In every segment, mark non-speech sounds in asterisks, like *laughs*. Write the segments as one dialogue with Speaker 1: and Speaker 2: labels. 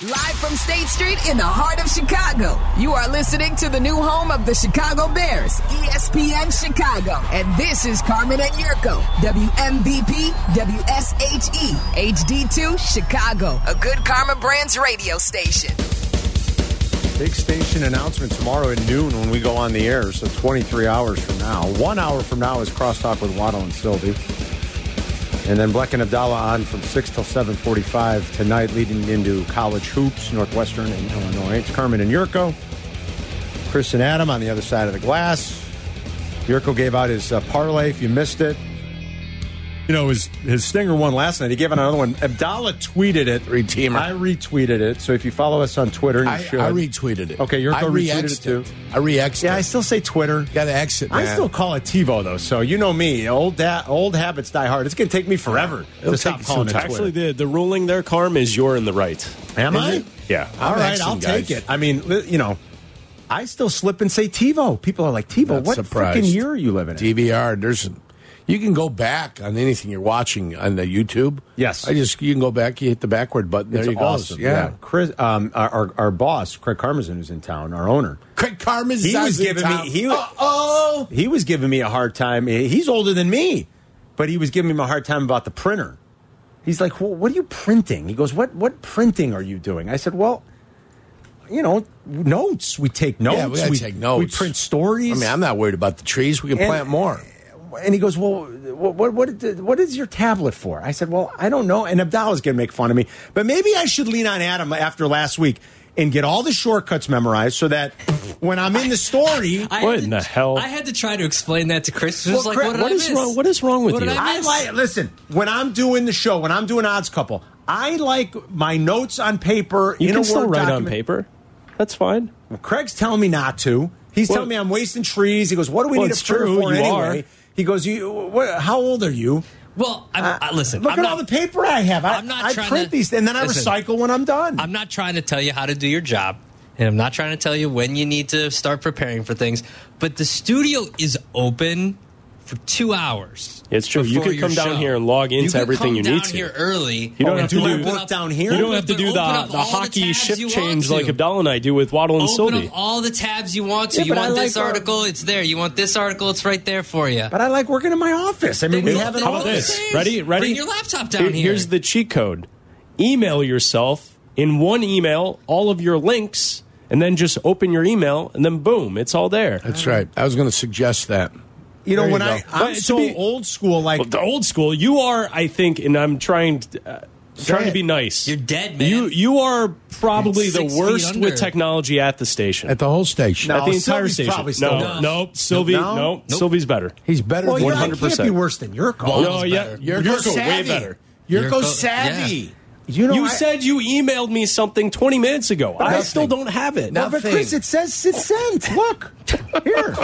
Speaker 1: Live from State Street in the heart of Chicago, you are listening to the new home of the Chicago Bears, E ESPN Chicago. And this is Carmen and Yurko, WMVP, WSHE, HD2, Chicago, a good Karma Brands radio station.
Speaker 2: Big station announcement tomorrow at noon when we go on the air. So 23 hours from now. One hour from now is crosstalk with Waddle and Sylvie. And then Black and Abdallah on from 6 till 7.45 tonight, leading into college hoops, Northwestern and Illinois. It's Carmen and Yurko. Chris and Adam on the other side of the glass. Yurko gave out his uh, parlay if you missed it. You know, his, his Stinger won last night. He gave out another one. Abdallah tweeted it.
Speaker 3: Three teamer.
Speaker 2: I retweeted it. So if you follow us on Twitter, you
Speaker 3: I,
Speaker 2: should.
Speaker 3: I retweeted it.
Speaker 2: Okay, Yurko
Speaker 3: I
Speaker 2: retweeted
Speaker 3: re-exed
Speaker 2: it too.
Speaker 3: I re-exed
Speaker 2: Yeah,
Speaker 3: it.
Speaker 2: I still say Twitter.
Speaker 3: got to exit. Man.
Speaker 2: I still call it TiVo though, so you know me. Old da- old habits die hard. It's gonna take me forever
Speaker 3: It'll take
Speaker 2: to stop
Speaker 3: you
Speaker 2: calling it
Speaker 3: some
Speaker 2: Twitter.
Speaker 3: time.
Speaker 4: Actually, the, the ruling there, Carm, is you're in the right.
Speaker 2: Am
Speaker 3: Is
Speaker 2: I?
Speaker 3: it?
Speaker 4: Yeah.
Speaker 2: All right,
Speaker 3: excellent,
Speaker 2: I'll take
Speaker 3: guys.
Speaker 2: it. I mean, li- you know, I still slip and say TiVo. People are like, TiVo,
Speaker 3: Not
Speaker 2: what
Speaker 3: surprised.
Speaker 2: freaking year are you living in?
Speaker 3: DVR. There's, you can go back on anything you're watching on the YouTube.
Speaker 2: Yes.
Speaker 3: I just you can go back. You hit the backward button. There
Speaker 2: it's
Speaker 3: you go.
Speaker 2: awesome.
Speaker 3: Yeah.
Speaker 2: Chris, um, our, our our boss, Craig Karmazin, who's in town, our owner.
Speaker 3: Craig Carmen's
Speaker 2: He was
Speaker 3: in
Speaker 2: giving
Speaker 3: town.
Speaker 2: me- he-
Speaker 3: Uh-oh.
Speaker 2: he was giving me a hard time. He's older than me, but he was giving me a hard time about the printer. He's like, well, "What are you printing?" He goes, "What what printing are you doing?" I said, "Well, you know, notes. We take notes.
Speaker 3: Yeah, we gotta take notes.
Speaker 2: We print stories.
Speaker 3: I mean, I'm not worried about the trees. We can
Speaker 2: And-
Speaker 3: plant more.
Speaker 2: And he goes, "Well, what what what, what is your tablet for?" I said, "Well, I don't know." And Abdallah's going to make fun of me, but maybe I should lean on Adam after last week and get all the shortcuts memorized so that when I'm in the story,
Speaker 5: I
Speaker 4: What
Speaker 5: had
Speaker 4: in
Speaker 5: to-
Speaker 4: the hell?
Speaker 5: I had to try to explain that to Chris. It was
Speaker 2: Well,
Speaker 5: like,
Speaker 2: Chris,
Speaker 5: what, did
Speaker 2: what
Speaker 5: I
Speaker 4: is
Speaker 5: miss?
Speaker 4: wrong- what is wrong with
Speaker 5: What did
Speaker 4: you?
Speaker 5: I
Speaker 2: I
Speaker 5: miss?
Speaker 2: like. Listen, when I'm doing the show, when I'm doing odds couple, I like my notes on paper.
Speaker 4: You
Speaker 2: in
Speaker 4: can
Speaker 2: a
Speaker 4: still
Speaker 2: Word
Speaker 4: write on
Speaker 2: document.
Speaker 4: paper. That's fine.
Speaker 2: Craig's telling me not to. He's
Speaker 4: Well-
Speaker 2: telling me I'm wasting trees. He goes, "What do we
Speaker 4: Well,
Speaker 2: need
Speaker 4: it's
Speaker 2: a printer
Speaker 4: true,
Speaker 2: for
Speaker 4: you are.
Speaker 2: anyway?" He goes, "You, what, how old are you?"
Speaker 5: well, I'm,
Speaker 4: Uh,
Speaker 5: I, listen.
Speaker 2: Look
Speaker 5: I'm
Speaker 2: at
Speaker 5: not,
Speaker 2: all the paper I have. I,
Speaker 5: I'm not
Speaker 2: I
Speaker 5: trying
Speaker 2: print
Speaker 5: to-
Speaker 2: these, and then I
Speaker 5: Listen.
Speaker 2: recycle when I'm done.
Speaker 5: I'm not trying to tell you how to do your job, and I'm not trying to tell you when you need to start preparing for things. But the studio is open for two hours.
Speaker 4: It's true. You
Speaker 5: before
Speaker 4: could
Speaker 5: your
Speaker 4: come down
Speaker 5: show.
Speaker 4: here and log into
Speaker 5: you could
Speaker 4: everything
Speaker 5: come
Speaker 4: you
Speaker 5: down
Speaker 4: need to.
Speaker 5: Here early.
Speaker 4: You don't
Speaker 2: Oh,
Speaker 4: have
Speaker 2: do
Speaker 4: to
Speaker 2: my
Speaker 4: do
Speaker 2: work down here?
Speaker 4: You don't
Speaker 2: Open
Speaker 4: have to
Speaker 5: up-
Speaker 4: do the,
Speaker 5: open up
Speaker 4: the
Speaker 5: all the
Speaker 4: hockey
Speaker 5: tabs you
Speaker 4: shift
Speaker 5: want
Speaker 4: change
Speaker 5: to.
Speaker 4: like Abdallah and I do with Waddle and
Speaker 5: Open
Speaker 4: Sylvie.
Speaker 5: up all the tabs you want to.
Speaker 2: Yeah,
Speaker 5: you
Speaker 2: but I
Speaker 5: want
Speaker 2: like
Speaker 5: this
Speaker 2: our-
Speaker 5: article? It's there. You want this article? It's right there for you.
Speaker 2: but I like working in my office. I mean, we
Speaker 5: Then
Speaker 2: have an
Speaker 5: open
Speaker 4: How
Speaker 5: all
Speaker 4: about
Speaker 5: the
Speaker 2: office.
Speaker 4: this?
Speaker 5: things.
Speaker 4: Ready? Ready?
Speaker 5: Bring your laptop down here.
Speaker 4: Here's the cheat code. Email yourself in one email all of your links, and then just open your email, and then boom, it's all there.
Speaker 3: That's right. I was going to suggest that.
Speaker 2: You know,
Speaker 3: There you
Speaker 2: when
Speaker 3: go.
Speaker 2: I I'm
Speaker 4: But to
Speaker 2: so
Speaker 4: be-
Speaker 2: old school, like
Speaker 4: Well, the old school. You are, I think, and I'm trying to, uh, trying
Speaker 2: it.
Speaker 4: to be nice.
Speaker 5: You're dead, man.
Speaker 4: You you are probably
Speaker 5: It's
Speaker 4: the
Speaker 5: six feet
Speaker 4: worst
Speaker 5: under.
Speaker 4: with technology at the station.
Speaker 3: At the whole station.
Speaker 2: No.
Speaker 4: At the entire
Speaker 2: Sylvie's
Speaker 4: station.
Speaker 2: probably still
Speaker 4: no,
Speaker 2: worse.
Speaker 4: nope. Sylvie,
Speaker 2: No?
Speaker 4: no,
Speaker 2: Nope.
Speaker 4: Sylvie's better.
Speaker 3: He's better
Speaker 2: well,
Speaker 3: than
Speaker 2: yeah, I
Speaker 3: 100.
Speaker 2: can't be
Speaker 4: 100%.
Speaker 2: worse than your call.
Speaker 4: No, yeah,
Speaker 3: Yurko
Speaker 4: Yurko, way
Speaker 3: savvy.
Speaker 4: better.
Speaker 3: Yurko,
Speaker 5: Yurko-
Speaker 3: savvy.
Speaker 5: yeah.
Speaker 2: You know,
Speaker 4: you
Speaker 2: I-
Speaker 4: said you emailed me something 20 minutes ago. I
Speaker 3: Nothing.
Speaker 4: still don't have it.
Speaker 3: Nothing.
Speaker 2: But Chris, it says it's sent. Look here,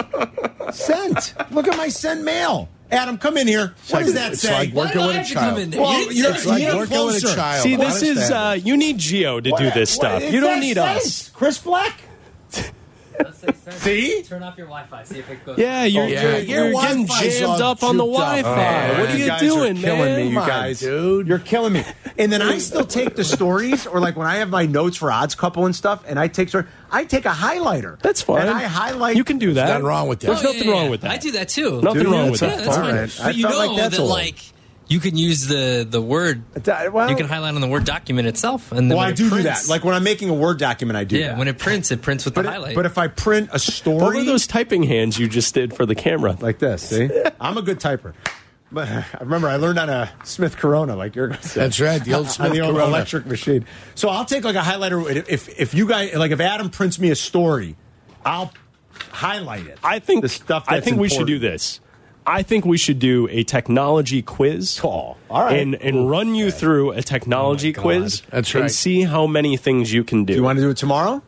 Speaker 2: sent. Look at my sent mail. Adam, come in here. What does that
Speaker 3: it's
Speaker 2: say?
Speaker 3: like
Speaker 5: Why
Speaker 3: working
Speaker 5: do I
Speaker 3: with a
Speaker 5: have to
Speaker 3: child.
Speaker 5: come in there?
Speaker 2: Well,
Speaker 5: You didn't
Speaker 2: you're-
Speaker 3: It's
Speaker 5: say
Speaker 3: like
Speaker 2: You're
Speaker 3: working with
Speaker 2: closer.
Speaker 3: a child.
Speaker 4: See, this
Speaker 3: Honest
Speaker 4: is
Speaker 3: to
Speaker 4: uh,
Speaker 3: heaven.
Speaker 4: you need Geo to do
Speaker 2: What-
Speaker 4: this
Speaker 2: what-
Speaker 4: stuff.
Speaker 2: it
Speaker 4: You don't
Speaker 2: says
Speaker 4: need
Speaker 2: sent.
Speaker 4: us.
Speaker 2: Chris Black. See?
Speaker 5: Turn off your Wi-Fi. See if it goes.
Speaker 4: Yeah, you're,
Speaker 3: Oh, yeah.
Speaker 4: you're,
Speaker 3: Your
Speaker 4: you're getting
Speaker 3: Wi-Fi's
Speaker 4: jammed
Speaker 3: all
Speaker 4: up on the
Speaker 3: juked up.
Speaker 4: Wi-Fi.
Speaker 3: Oh,
Speaker 4: what are
Speaker 3: man.
Speaker 4: you,
Speaker 2: guys
Speaker 4: doing,
Speaker 2: are killing
Speaker 4: man?
Speaker 2: me, you
Speaker 3: Come on,
Speaker 2: guys.
Speaker 3: dude.
Speaker 2: You're killing me. And then I still take the stories, or like when I have my notes for odds couple and stuff, and I take story, I take a highlighter.
Speaker 4: That's fine.
Speaker 2: And I highlight.
Speaker 4: You can do that.
Speaker 3: There's nothing wrong with that.
Speaker 4: There's
Speaker 5: Oh, yeah,
Speaker 4: nothing
Speaker 5: yeah,
Speaker 4: wrong
Speaker 5: yeah.
Speaker 4: with that.
Speaker 5: I do that too.
Speaker 4: Nothing
Speaker 2: Dude,
Speaker 4: wrong with
Speaker 2: that's
Speaker 5: Yeah,
Speaker 4: that.
Speaker 5: that's
Speaker 2: All
Speaker 5: fine.
Speaker 2: right. I
Speaker 5: But you
Speaker 2: felt
Speaker 5: know
Speaker 2: like that's a
Speaker 5: that
Speaker 2: little-
Speaker 5: like you can use the the word.
Speaker 2: Uh, well-
Speaker 5: you can highlight on the word document itself, and
Speaker 2: Well,
Speaker 5: then when
Speaker 2: I
Speaker 5: it
Speaker 2: do do
Speaker 5: prints-
Speaker 2: that. Like when I'm making a word document, I do.
Speaker 5: yeah,
Speaker 2: that.
Speaker 5: when it prints, it prints with
Speaker 2: But,
Speaker 5: the
Speaker 2: it,
Speaker 5: highlight.
Speaker 2: but if I print a story,
Speaker 4: What were those typing hands you just did for the camera?
Speaker 2: like this.
Speaker 5: *laughs*
Speaker 2: See, I'm a good typer. But I remember I learned on a Smith Corona, like you're going to say.
Speaker 3: That's right, the old Smith
Speaker 2: *laughs* on the old
Speaker 3: Corona.
Speaker 2: electric machine. So I'll take like a highlighter. If if you guys like, if Adam prints me a story, I'll highlight it.
Speaker 4: I think
Speaker 2: the stuff.
Speaker 4: I
Speaker 2: that's
Speaker 4: think we should do
Speaker 2: important.
Speaker 4: this. I think we should do a technology quiz.
Speaker 2: Call. All right. Oh
Speaker 4: And and run you through a technology quiz.
Speaker 3: That's
Speaker 4: And
Speaker 3: right.
Speaker 4: see how many things you can do.
Speaker 2: Do you want to do it tomorrow?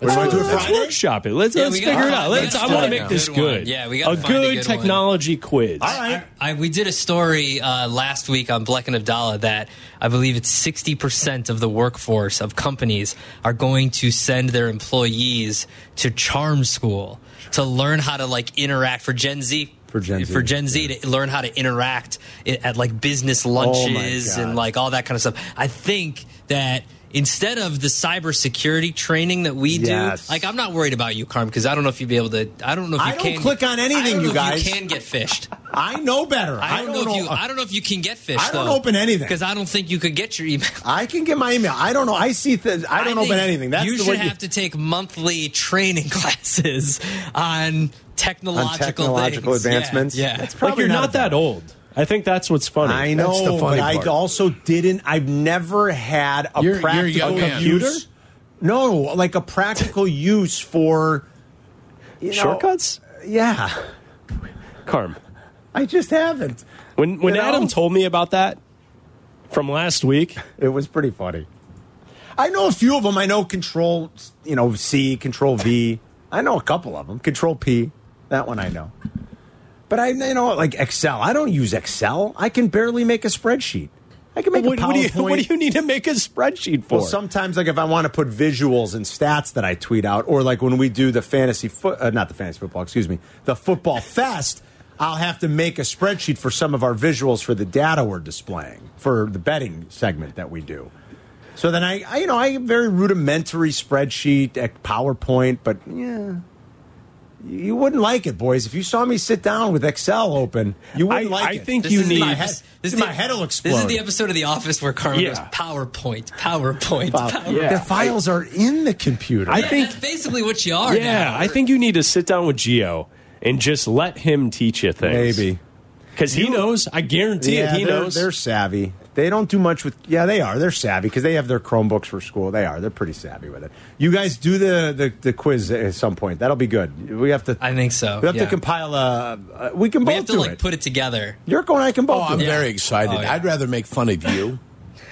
Speaker 2: Or do you want to do it
Speaker 4: Let's
Speaker 2: Friday?
Speaker 4: workshop it. Let's,
Speaker 5: Yeah,
Speaker 4: let's
Speaker 5: we gotta
Speaker 4: figure it
Speaker 5: find-
Speaker 4: out.
Speaker 5: we
Speaker 4: Let's.
Speaker 5: gotta
Speaker 4: I want to
Speaker 5: find a
Speaker 4: make this
Speaker 5: good
Speaker 4: good.
Speaker 5: one. Yeah, we gotta
Speaker 4: a
Speaker 5: find a
Speaker 4: good
Speaker 5: good one.
Speaker 4: technology quiz.
Speaker 2: All right.
Speaker 5: I, we did a story uh, last week on Bleck and Abdallah that I believe it's 60% of the workforce of companies are going to send their employees to charm school to learn how to like interact for Gen Z.
Speaker 2: For Gen Z,
Speaker 5: for Gen Z to learn how to interact i- at like business lunches
Speaker 2: Oh God.
Speaker 5: and like all that kind of stuff. I think that Instead of the cybersecurity training that we
Speaker 2: Yes.
Speaker 5: do, like I'm not worried about you, Carm, because I don't know if you'd be able to. I don't know if
Speaker 2: I
Speaker 5: you
Speaker 2: don't
Speaker 5: can
Speaker 2: click on
Speaker 5: I don't
Speaker 2: anything,
Speaker 5: know
Speaker 2: you
Speaker 5: if
Speaker 2: guys.
Speaker 5: can get fished.
Speaker 2: I know better.
Speaker 5: I don't, know, if you. I don't know if you can get fished.
Speaker 2: I don't open anything.
Speaker 5: because I don't think you could get your email.
Speaker 2: I can get my email. I don't know. I see things. *laughs* I don't
Speaker 5: think
Speaker 2: open anything. That's
Speaker 5: you
Speaker 2: the way
Speaker 5: should have to take monthly training *laughs* classes on technological
Speaker 2: technological
Speaker 5: things.
Speaker 2: advancements?
Speaker 5: Yeah, yeah.
Speaker 2: That's
Speaker 4: Like
Speaker 2: Probably
Speaker 4: you're
Speaker 2: not
Speaker 4: not that old. I think that's what's funny.
Speaker 2: I know,
Speaker 3: That's the funny
Speaker 2: but
Speaker 3: part.
Speaker 2: I also didn't. I've never had a
Speaker 3: You're- you're a
Speaker 2: practical
Speaker 3: young man.
Speaker 2: computer.
Speaker 3: Use?
Speaker 2: No, like a practical use for you know-
Speaker 4: Shortcuts,
Speaker 2: yeah,
Speaker 4: Carm.
Speaker 2: I just haven't.
Speaker 4: When when
Speaker 2: You know?
Speaker 4: Adam told me about that from last week,
Speaker 2: It was pretty funny. I know a few of them. I know Control, you know C, Control V. I know a couple of them. Control P, that one I know. But I, you know, like Excel. I don't use Excel. I can barely make a spreadsheet. I can make
Speaker 4: what,
Speaker 2: a PowerPoint.
Speaker 4: what do you what do you need to make a spreadsheet for?
Speaker 2: Well, sometimes like if I want to put visuals and stats that I tweet out, or like when we do the fantasy foot, uh, not the fantasy football, excuse me, the football fest, I'll have to make a spreadsheet for some of our visuals for the data we're displaying for the betting segment that we do. So then I, I you know, I have very rudimentary spreadsheet, uh, PowerPoint, but yeah. You wouldn't like it, boys. If you saw me sit down with Excel open, you wouldn't
Speaker 4: I-
Speaker 2: like
Speaker 4: I
Speaker 2: it.
Speaker 4: think This you is
Speaker 2: my
Speaker 4: need-
Speaker 2: head-
Speaker 5: This-
Speaker 2: this
Speaker 5: this
Speaker 2: is
Speaker 5: the-
Speaker 2: my head will explode.
Speaker 5: This is the episode of The Office where Carmen
Speaker 4: Yeah.
Speaker 5: goes PowerPoint, PowerPoint, PowerPoint.
Speaker 4: Yeah.
Speaker 2: The files are in the computer.
Speaker 4: I
Speaker 5: Yeah,
Speaker 4: think
Speaker 5: that's basically what you are.
Speaker 4: yeah,
Speaker 5: now.
Speaker 4: I think you need to sit down with Geo and just let him teach you things.
Speaker 2: Maybe.
Speaker 4: because he knows. I guarantee it. He
Speaker 2: they're,
Speaker 4: knows.
Speaker 2: they're savvy. They don't do much with. Yeah, they are. They're savvy because they have their Chromebooks for school. They are. They're pretty savvy with it. You guys do the the, the quiz at some point. That'll be good. We have to.
Speaker 5: I think so,
Speaker 2: We have
Speaker 5: yeah.
Speaker 2: to compile a. Uh, we can
Speaker 5: we
Speaker 2: both
Speaker 5: have to
Speaker 2: do
Speaker 5: like
Speaker 2: it.
Speaker 5: put it together.
Speaker 2: Yurko and I can both.
Speaker 3: Oh, I'm
Speaker 2: do it.
Speaker 3: very excited.
Speaker 5: Oh, yeah.
Speaker 3: I'd rather make fun of you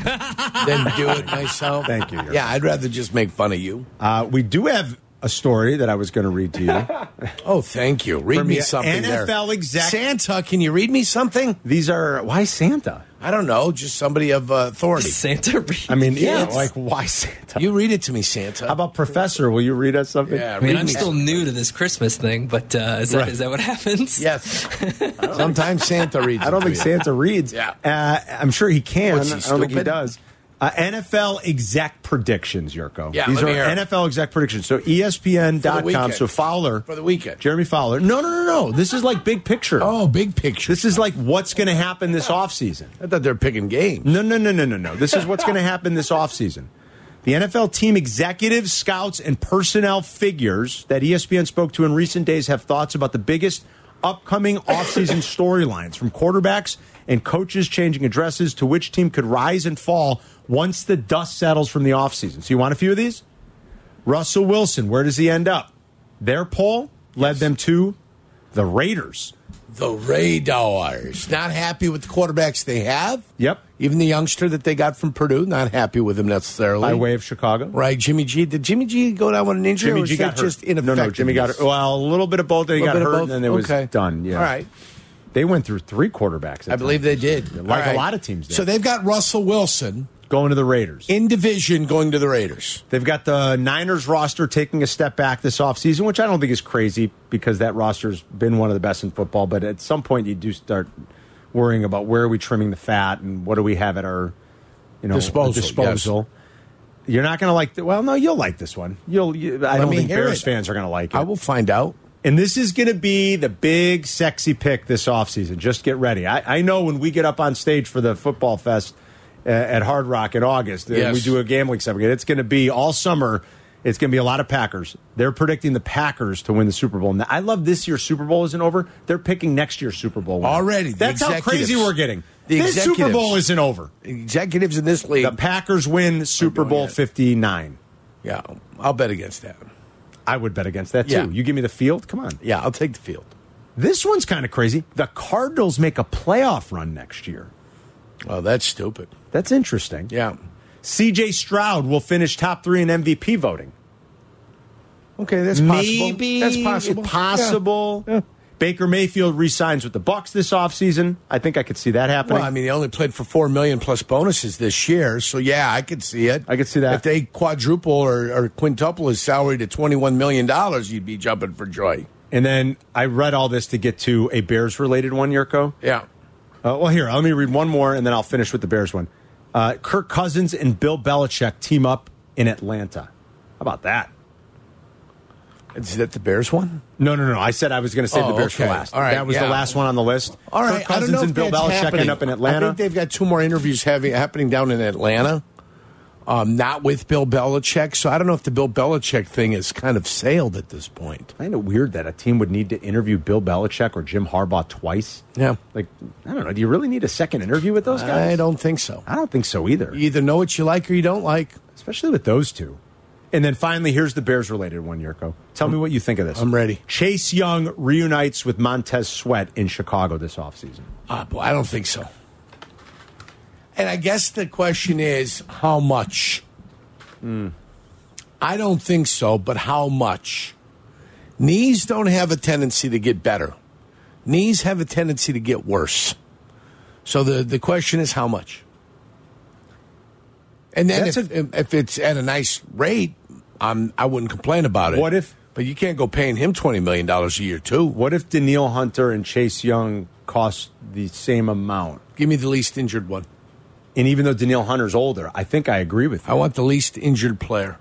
Speaker 3: than do *laughs* it myself.
Speaker 2: Thank you, Yurko.
Speaker 3: Yeah, I'd rather just make fun of you.
Speaker 2: Uh, we do have a story that I was going to read to you.
Speaker 4: *laughs*
Speaker 3: Oh, thank you. Read
Speaker 2: From
Speaker 3: me
Speaker 2: the
Speaker 3: something there.
Speaker 2: NFL exec-
Speaker 3: Santa, can you read me something?
Speaker 2: These are why Santa.
Speaker 3: I don't know. Just somebody of uh, authority.
Speaker 5: Santa. Reed.
Speaker 2: I mean, yeah,
Speaker 3: Yes.
Speaker 2: like why Santa?
Speaker 3: You read it to me, Santa.
Speaker 2: How about Professor? Will you read us something?
Speaker 3: Yeah,
Speaker 5: I mean,
Speaker 3: read
Speaker 5: I'm
Speaker 3: me
Speaker 5: still
Speaker 3: something.
Speaker 5: new to this Christmas thing, but uh, is, that,
Speaker 2: Right.
Speaker 5: is that what happens?
Speaker 3: Yes. *laughs* Sometimes Santa reads.
Speaker 2: I don't
Speaker 3: it
Speaker 2: think
Speaker 3: to you.
Speaker 2: Santa reads.
Speaker 3: Oh, Yeah.
Speaker 2: Uh, I'm sure he can.
Speaker 3: What's he,
Speaker 2: I don't think he
Speaker 3: stupid?
Speaker 2: does. Uh, NFL exact predictions, Yurko.
Speaker 3: Yeah,
Speaker 2: These
Speaker 3: let
Speaker 2: are
Speaker 3: me hear 'em.
Speaker 2: NFL exact predictions. So E
Speaker 3: For the
Speaker 2: ESPN.com.
Speaker 3: weekend.
Speaker 2: So Fowler.
Speaker 3: For the weekend.
Speaker 2: Jeremy Fowler. No, no, no, no. This is like big picture.
Speaker 3: Oh, big picture.
Speaker 2: This is like what's going to
Speaker 3: *laughs*
Speaker 2: happen this offseason.
Speaker 3: I thought they're picking games.
Speaker 2: No, no, no, no, no, no. This is what's going to happen this offseason. The NFL team executives, scouts, and personnel figures that E ESPN spoke to in recent days have thoughts about the biggest upcoming offseason storylines from quarterbacks and coaches changing addresses to which team could rise and fall once the dust settles from the offseason. So, you want a few of these? Russell Wilson, where does he end up? Their poll led them to the Raiders.
Speaker 3: The Raiders not happy with the quarterbacks they have.
Speaker 2: Yep.
Speaker 3: Even the youngster that they got from Purdue, not happy with him necessarily.
Speaker 2: By way of Chicago.
Speaker 3: Right, Jimmy G. Did Jimmy G go down with an injury?
Speaker 2: Jimmy
Speaker 3: or
Speaker 2: G
Speaker 3: was that
Speaker 2: got hurt.
Speaker 3: just
Speaker 2: no, no. Jimmy got
Speaker 3: ineffectiveness?
Speaker 2: hurt. Well, a little bit of both. Then he
Speaker 3: Little
Speaker 2: got
Speaker 3: bit of
Speaker 2: hurt,
Speaker 3: both?
Speaker 2: and then it was
Speaker 3: Okay.
Speaker 2: done. Yeah.
Speaker 3: All right.
Speaker 2: They went through three quarterbacks. at
Speaker 3: I believe they
Speaker 2: times.
Speaker 3: did. All
Speaker 2: Like a
Speaker 3: right.
Speaker 2: lot of teams. Did.
Speaker 3: So they've got Russell Wilson
Speaker 2: going to the Raiders.
Speaker 3: in division going to the Raiders.
Speaker 2: They've got the Niners roster taking a step back this offseason, which I don't think is crazy because that roster's been one of the best in football. But at some point, you do start worrying about where are we trimming the fat and what do we have at our you know
Speaker 3: Disposal,
Speaker 2: disposal. You're not going to like. The, well, no, you'll like this one. You'll. You, I
Speaker 3: Let
Speaker 2: don't
Speaker 3: me
Speaker 2: think
Speaker 3: hear
Speaker 2: Bears
Speaker 3: it.
Speaker 2: fans are going to like it.
Speaker 3: I will find out.
Speaker 2: And this is going to be the big, sexy pick this offseason. Just get ready. I, I know when we get up on stage for the football fest uh, at Hard Rock in August, and
Speaker 3: Yes.
Speaker 2: we do a gambling segment. It's going to be all summer. It's going to be a lot of Packers. They're predicting the Packers to win the Super Bowl. Now, I love this year's Super Bowl isn't over. They're picking next year's Super Bowl. winner.
Speaker 3: Already, the
Speaker 2: That's how
Speaker 3: executives.
Speaker 2: crazy we're getting.
Speaker 3: The
Speaker 2: this Super
Speaker 3: executives.
Speaker 2: Bowl isn't over.
Speaker 3: Executives in this league.
Speaker 2: The Packers win Super
Speaker 3: doing
Speaker 2: Bowl
Speaker 3: it.
Speaker 2: 59.
Speaker 3: yeah, I'll bet against that.
Speaker 2: I would bet against that, too.
Speaker 3: Yeah.
Speaker 2: You give me the field? Come on.
Speaker 3: Yeah, I'll take the field.
Speaker 2: This one's kind of crazy. The Cardinals make a playoff run next year.
Speaker 3: Oh, that's stupid.
Speaker 2: That's interesting.
Speaker 3: Yeah.
Speaker 2: CJ Stroud will finish top three in MVP voting.
Speaker 3: Okay, that's
Speaker 2: Maybe
Speaker 3: That's possible.
Speaker 2: It's possible. Baker Mayfield resigns with the Bucks this offseason. I think I could see that happening.
Speaker 3: Well, I mean, he only played for four million plus bonuses this year, so yeah, I could see it.
Speaker 2: I could see that.
Speaker 3: if they quadruple or, or quintuple his salary to twenty-one million dollars, you'd be jumping for joy.
Speaker 2: and then I read all this to get to a Bears related one, Yurko.
Speaker 3: Yeah,
Speaker 2: Uh, well, here, let me read one more and then I'll finish with the Bears one. Uh, Kirk Cousins and Bill Belichick team up in Atlanta. How about that?
Speaker 3: Is that the Bears one?
Speaker 2: No, no, no. I said I was going to save
Speaker 3: Oh,
Speaker 2: the Bears for
Speaker 3: okay.
Speaker 2: last.
Speaker 3: All right,
Speaker 2: that was
Speaker 3: yeah.
Speaker 2: the last one on the list.
Speaker 3: All right,
Speaker 2: Kirk Cousins
Speaker 3: I don't know
Speaker 2: and
Speaker 3: if
Speaker 2: Bill
Speaker 3: that's
Speaker 2: Belichick
Speaker 3: happening.
Speaker 2: end up in Atlanta.
Speaker 3: I think they've got two more interviews having, happening down in Atlanta, um, not with Bill Belichick. So I don't know if the Bill Belichick thing is kind of sailed at this point.
Speaker 2: I find it weird that a team would need to interview Bill Belichick or Jim Harbaugh twice.
Speaker 3: Yeah.
Speaker 2: Like, I don't know. Do you really need a second interview with those guys?
Speaker 3: I don't think so.
Speaker 2: I don't think so either,
Speaker 3: You either know what you like or you don't like.
Speaker 2: especially with those two. And then finally, here's the Bears related one, Yurko. Tell me what you think of this.
Speaker 3: I'm ready.
Speaker 2: Chase Young reunites with Montez Sweat in Chicago this offseason.
Speaker 3: Ah, boy, I don't think so. And I guess the question is how much?
Speaker 2: Hmm.
Speaker 3: I don't think so, but how much? Knees don't have a tendency to get better, knees have a tendency to get worse. So the, the question is how much? And then if,
Speaker 2: That's
Speaker 3: if it's at a nice rate, I'm, I wouldn't complain about it.
Speaker 2: What if-
Speaker 3: But you can't go paying him $20 million a year, too.
Speaker 2: What if Daniil Hunter and Chase Young cost the same amount?
Speaker 3: Give me the least injured one.
Speaker 2: And even though Daniil Hunter's older, I think I agree with you.
Speaker 3: I want the least injured player.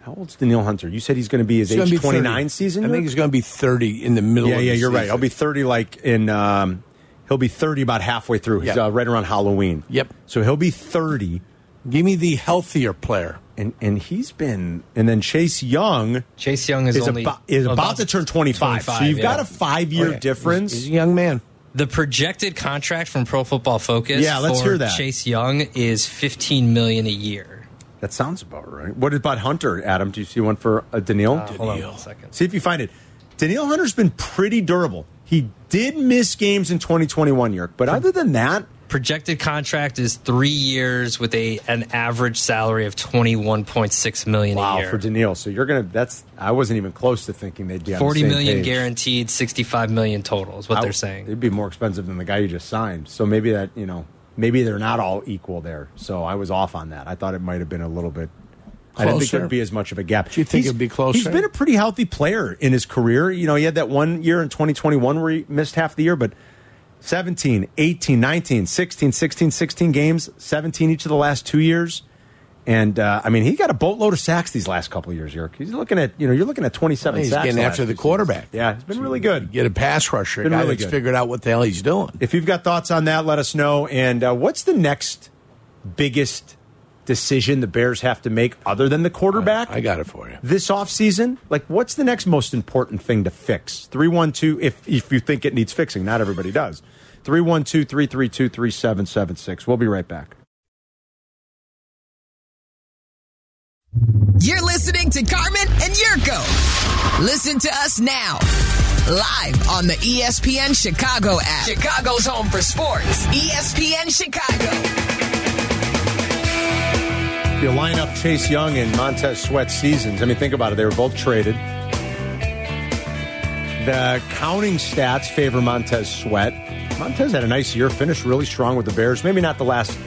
Speaker 2: How old's Daniil Hunter? You said he's going to be his
Speaker 3: He's gonna
Speaker 2: age
Speaker 3: be 30.
Speaker 2: 29 season?
Speaker 3: I think
Speaker 2: Yurko?
Speaker 3: he's going to be 30 in the middle
Speaker 2: Yeah,
Speaker 3: of
Speaker 2: yeah,
Speaker 3: the
Speaker 2: you're right.
Speaker 3: season.
Speaker 2: I'll be 30 like in um he'll be 30 about halfway through. He's
Speaker 3: Yeah.
Speaker 2: uh, right around Halloween.
Speaker 3: Yep.
Speaker 2: So he'll be 30
Speaker 3: Give me the healthier player.
Speaker 2: and and he's been and then Chase Young
Speaker 5: Chase Young is,
Speaker 2: is,
Speaker 5: only
Speaker 2: about, is about, to turn 25. so you've
Speaker 5: yeah.
Speaker 2: got a 5-year
Speaker 3: Oh, yeah.
Speaker 2: difference.
Speaker 3: He's a young man.
Speaker 5: the projected contract from Pro Football Focus.
Speaker 2: Yeah, let's
Speaker 5: for
Speaker 2: hear that.
Speaker 5: Chase Young is 15 million a year.
Speaker 2: that sounds about right. What about Hunter, Adam? Do you see one for uh, Daniil?
Speaker 5: Hold on one second.
Speaker 2: See if you find it. Daniil Hunter's been pretty durable. He did miss games in 2021, York, but other than that,
Speaker 5: Projected contract is three years with a an average salary of 21.6 million a
Speaker 2: wow
Speaker 5: year.
Speaker 2: for Daniil. So you're gonna that's I wasn't even close to thinking they'd be on the
Speaker 5: 40
Speaker 2: same
Speaker 5: million
Speaker 2: page.
Speaker 5: guaranteed, 65 million total is what
Speaker 2: I-
Speaker 5: they're saying.
Speaker 2: It'd be more expensive than the guy you just signed. So maybe that, you know, maybe they're not all equal there. So I was off on that. I thought it might have been a little bit. I didn't think
Speaker 3: Closer?
Speaker 2: there'd be as much of a gap.
Speaker 3: Do you think
Speaker 2: He's-
Speaker 3: it'd be closer?
Speaker 2: He's been a pretty healthy player in his career. You know, he had that one year in 2021 where he missed half the year, but 17, 18, 19, 16, 16, 16 games, 17 each of the last two years. And uh, I mean, he got a boatload of sacks these last couple of years, York. He's looking at, you know, you're looking at 27
Speaker 3: He's
Speaker 2: sacks.
Speaker 3: getting
Speaker 2: last
Speaker 3: after the
Speaker 2: two seasons.
Speaker 3: quarterback.
Speaker 2: Yeah, he's been really good.
Speaker 3: Get a pass rusher, a
Speaker 2: Been
Speaker 3: guy
Speaker 2: really
Speaker 3: that's
Speaker 2: good.
Speaker 3: figured out what the hell he's doing.
Speaker 2: If you've got thoughts on that, let us know. And uh, what's the next biggest decision the Bears have to make other than the quarterback?
Speaker 3: Uh, I got it for you.
Speaker 2: This offseason, like, what's the next most important thing to fix? 312, if, if you think it needs fixing, not everybody does. 312 332 3776. We'll be right back.
Speaker 1: You're listening to Carmen and Yurko. Listen to us now. Live on the E ESPN Chicago app. Chicago's home for sports. E ESPN Chicago.
Speaker 2: You line up Chase Young and Montez Sweat seasons. I mean, think about it. They were both traded. The counting stats favor Montez Sweat. Montez had a nice year, finished really strong with the Bears. Maybe not the last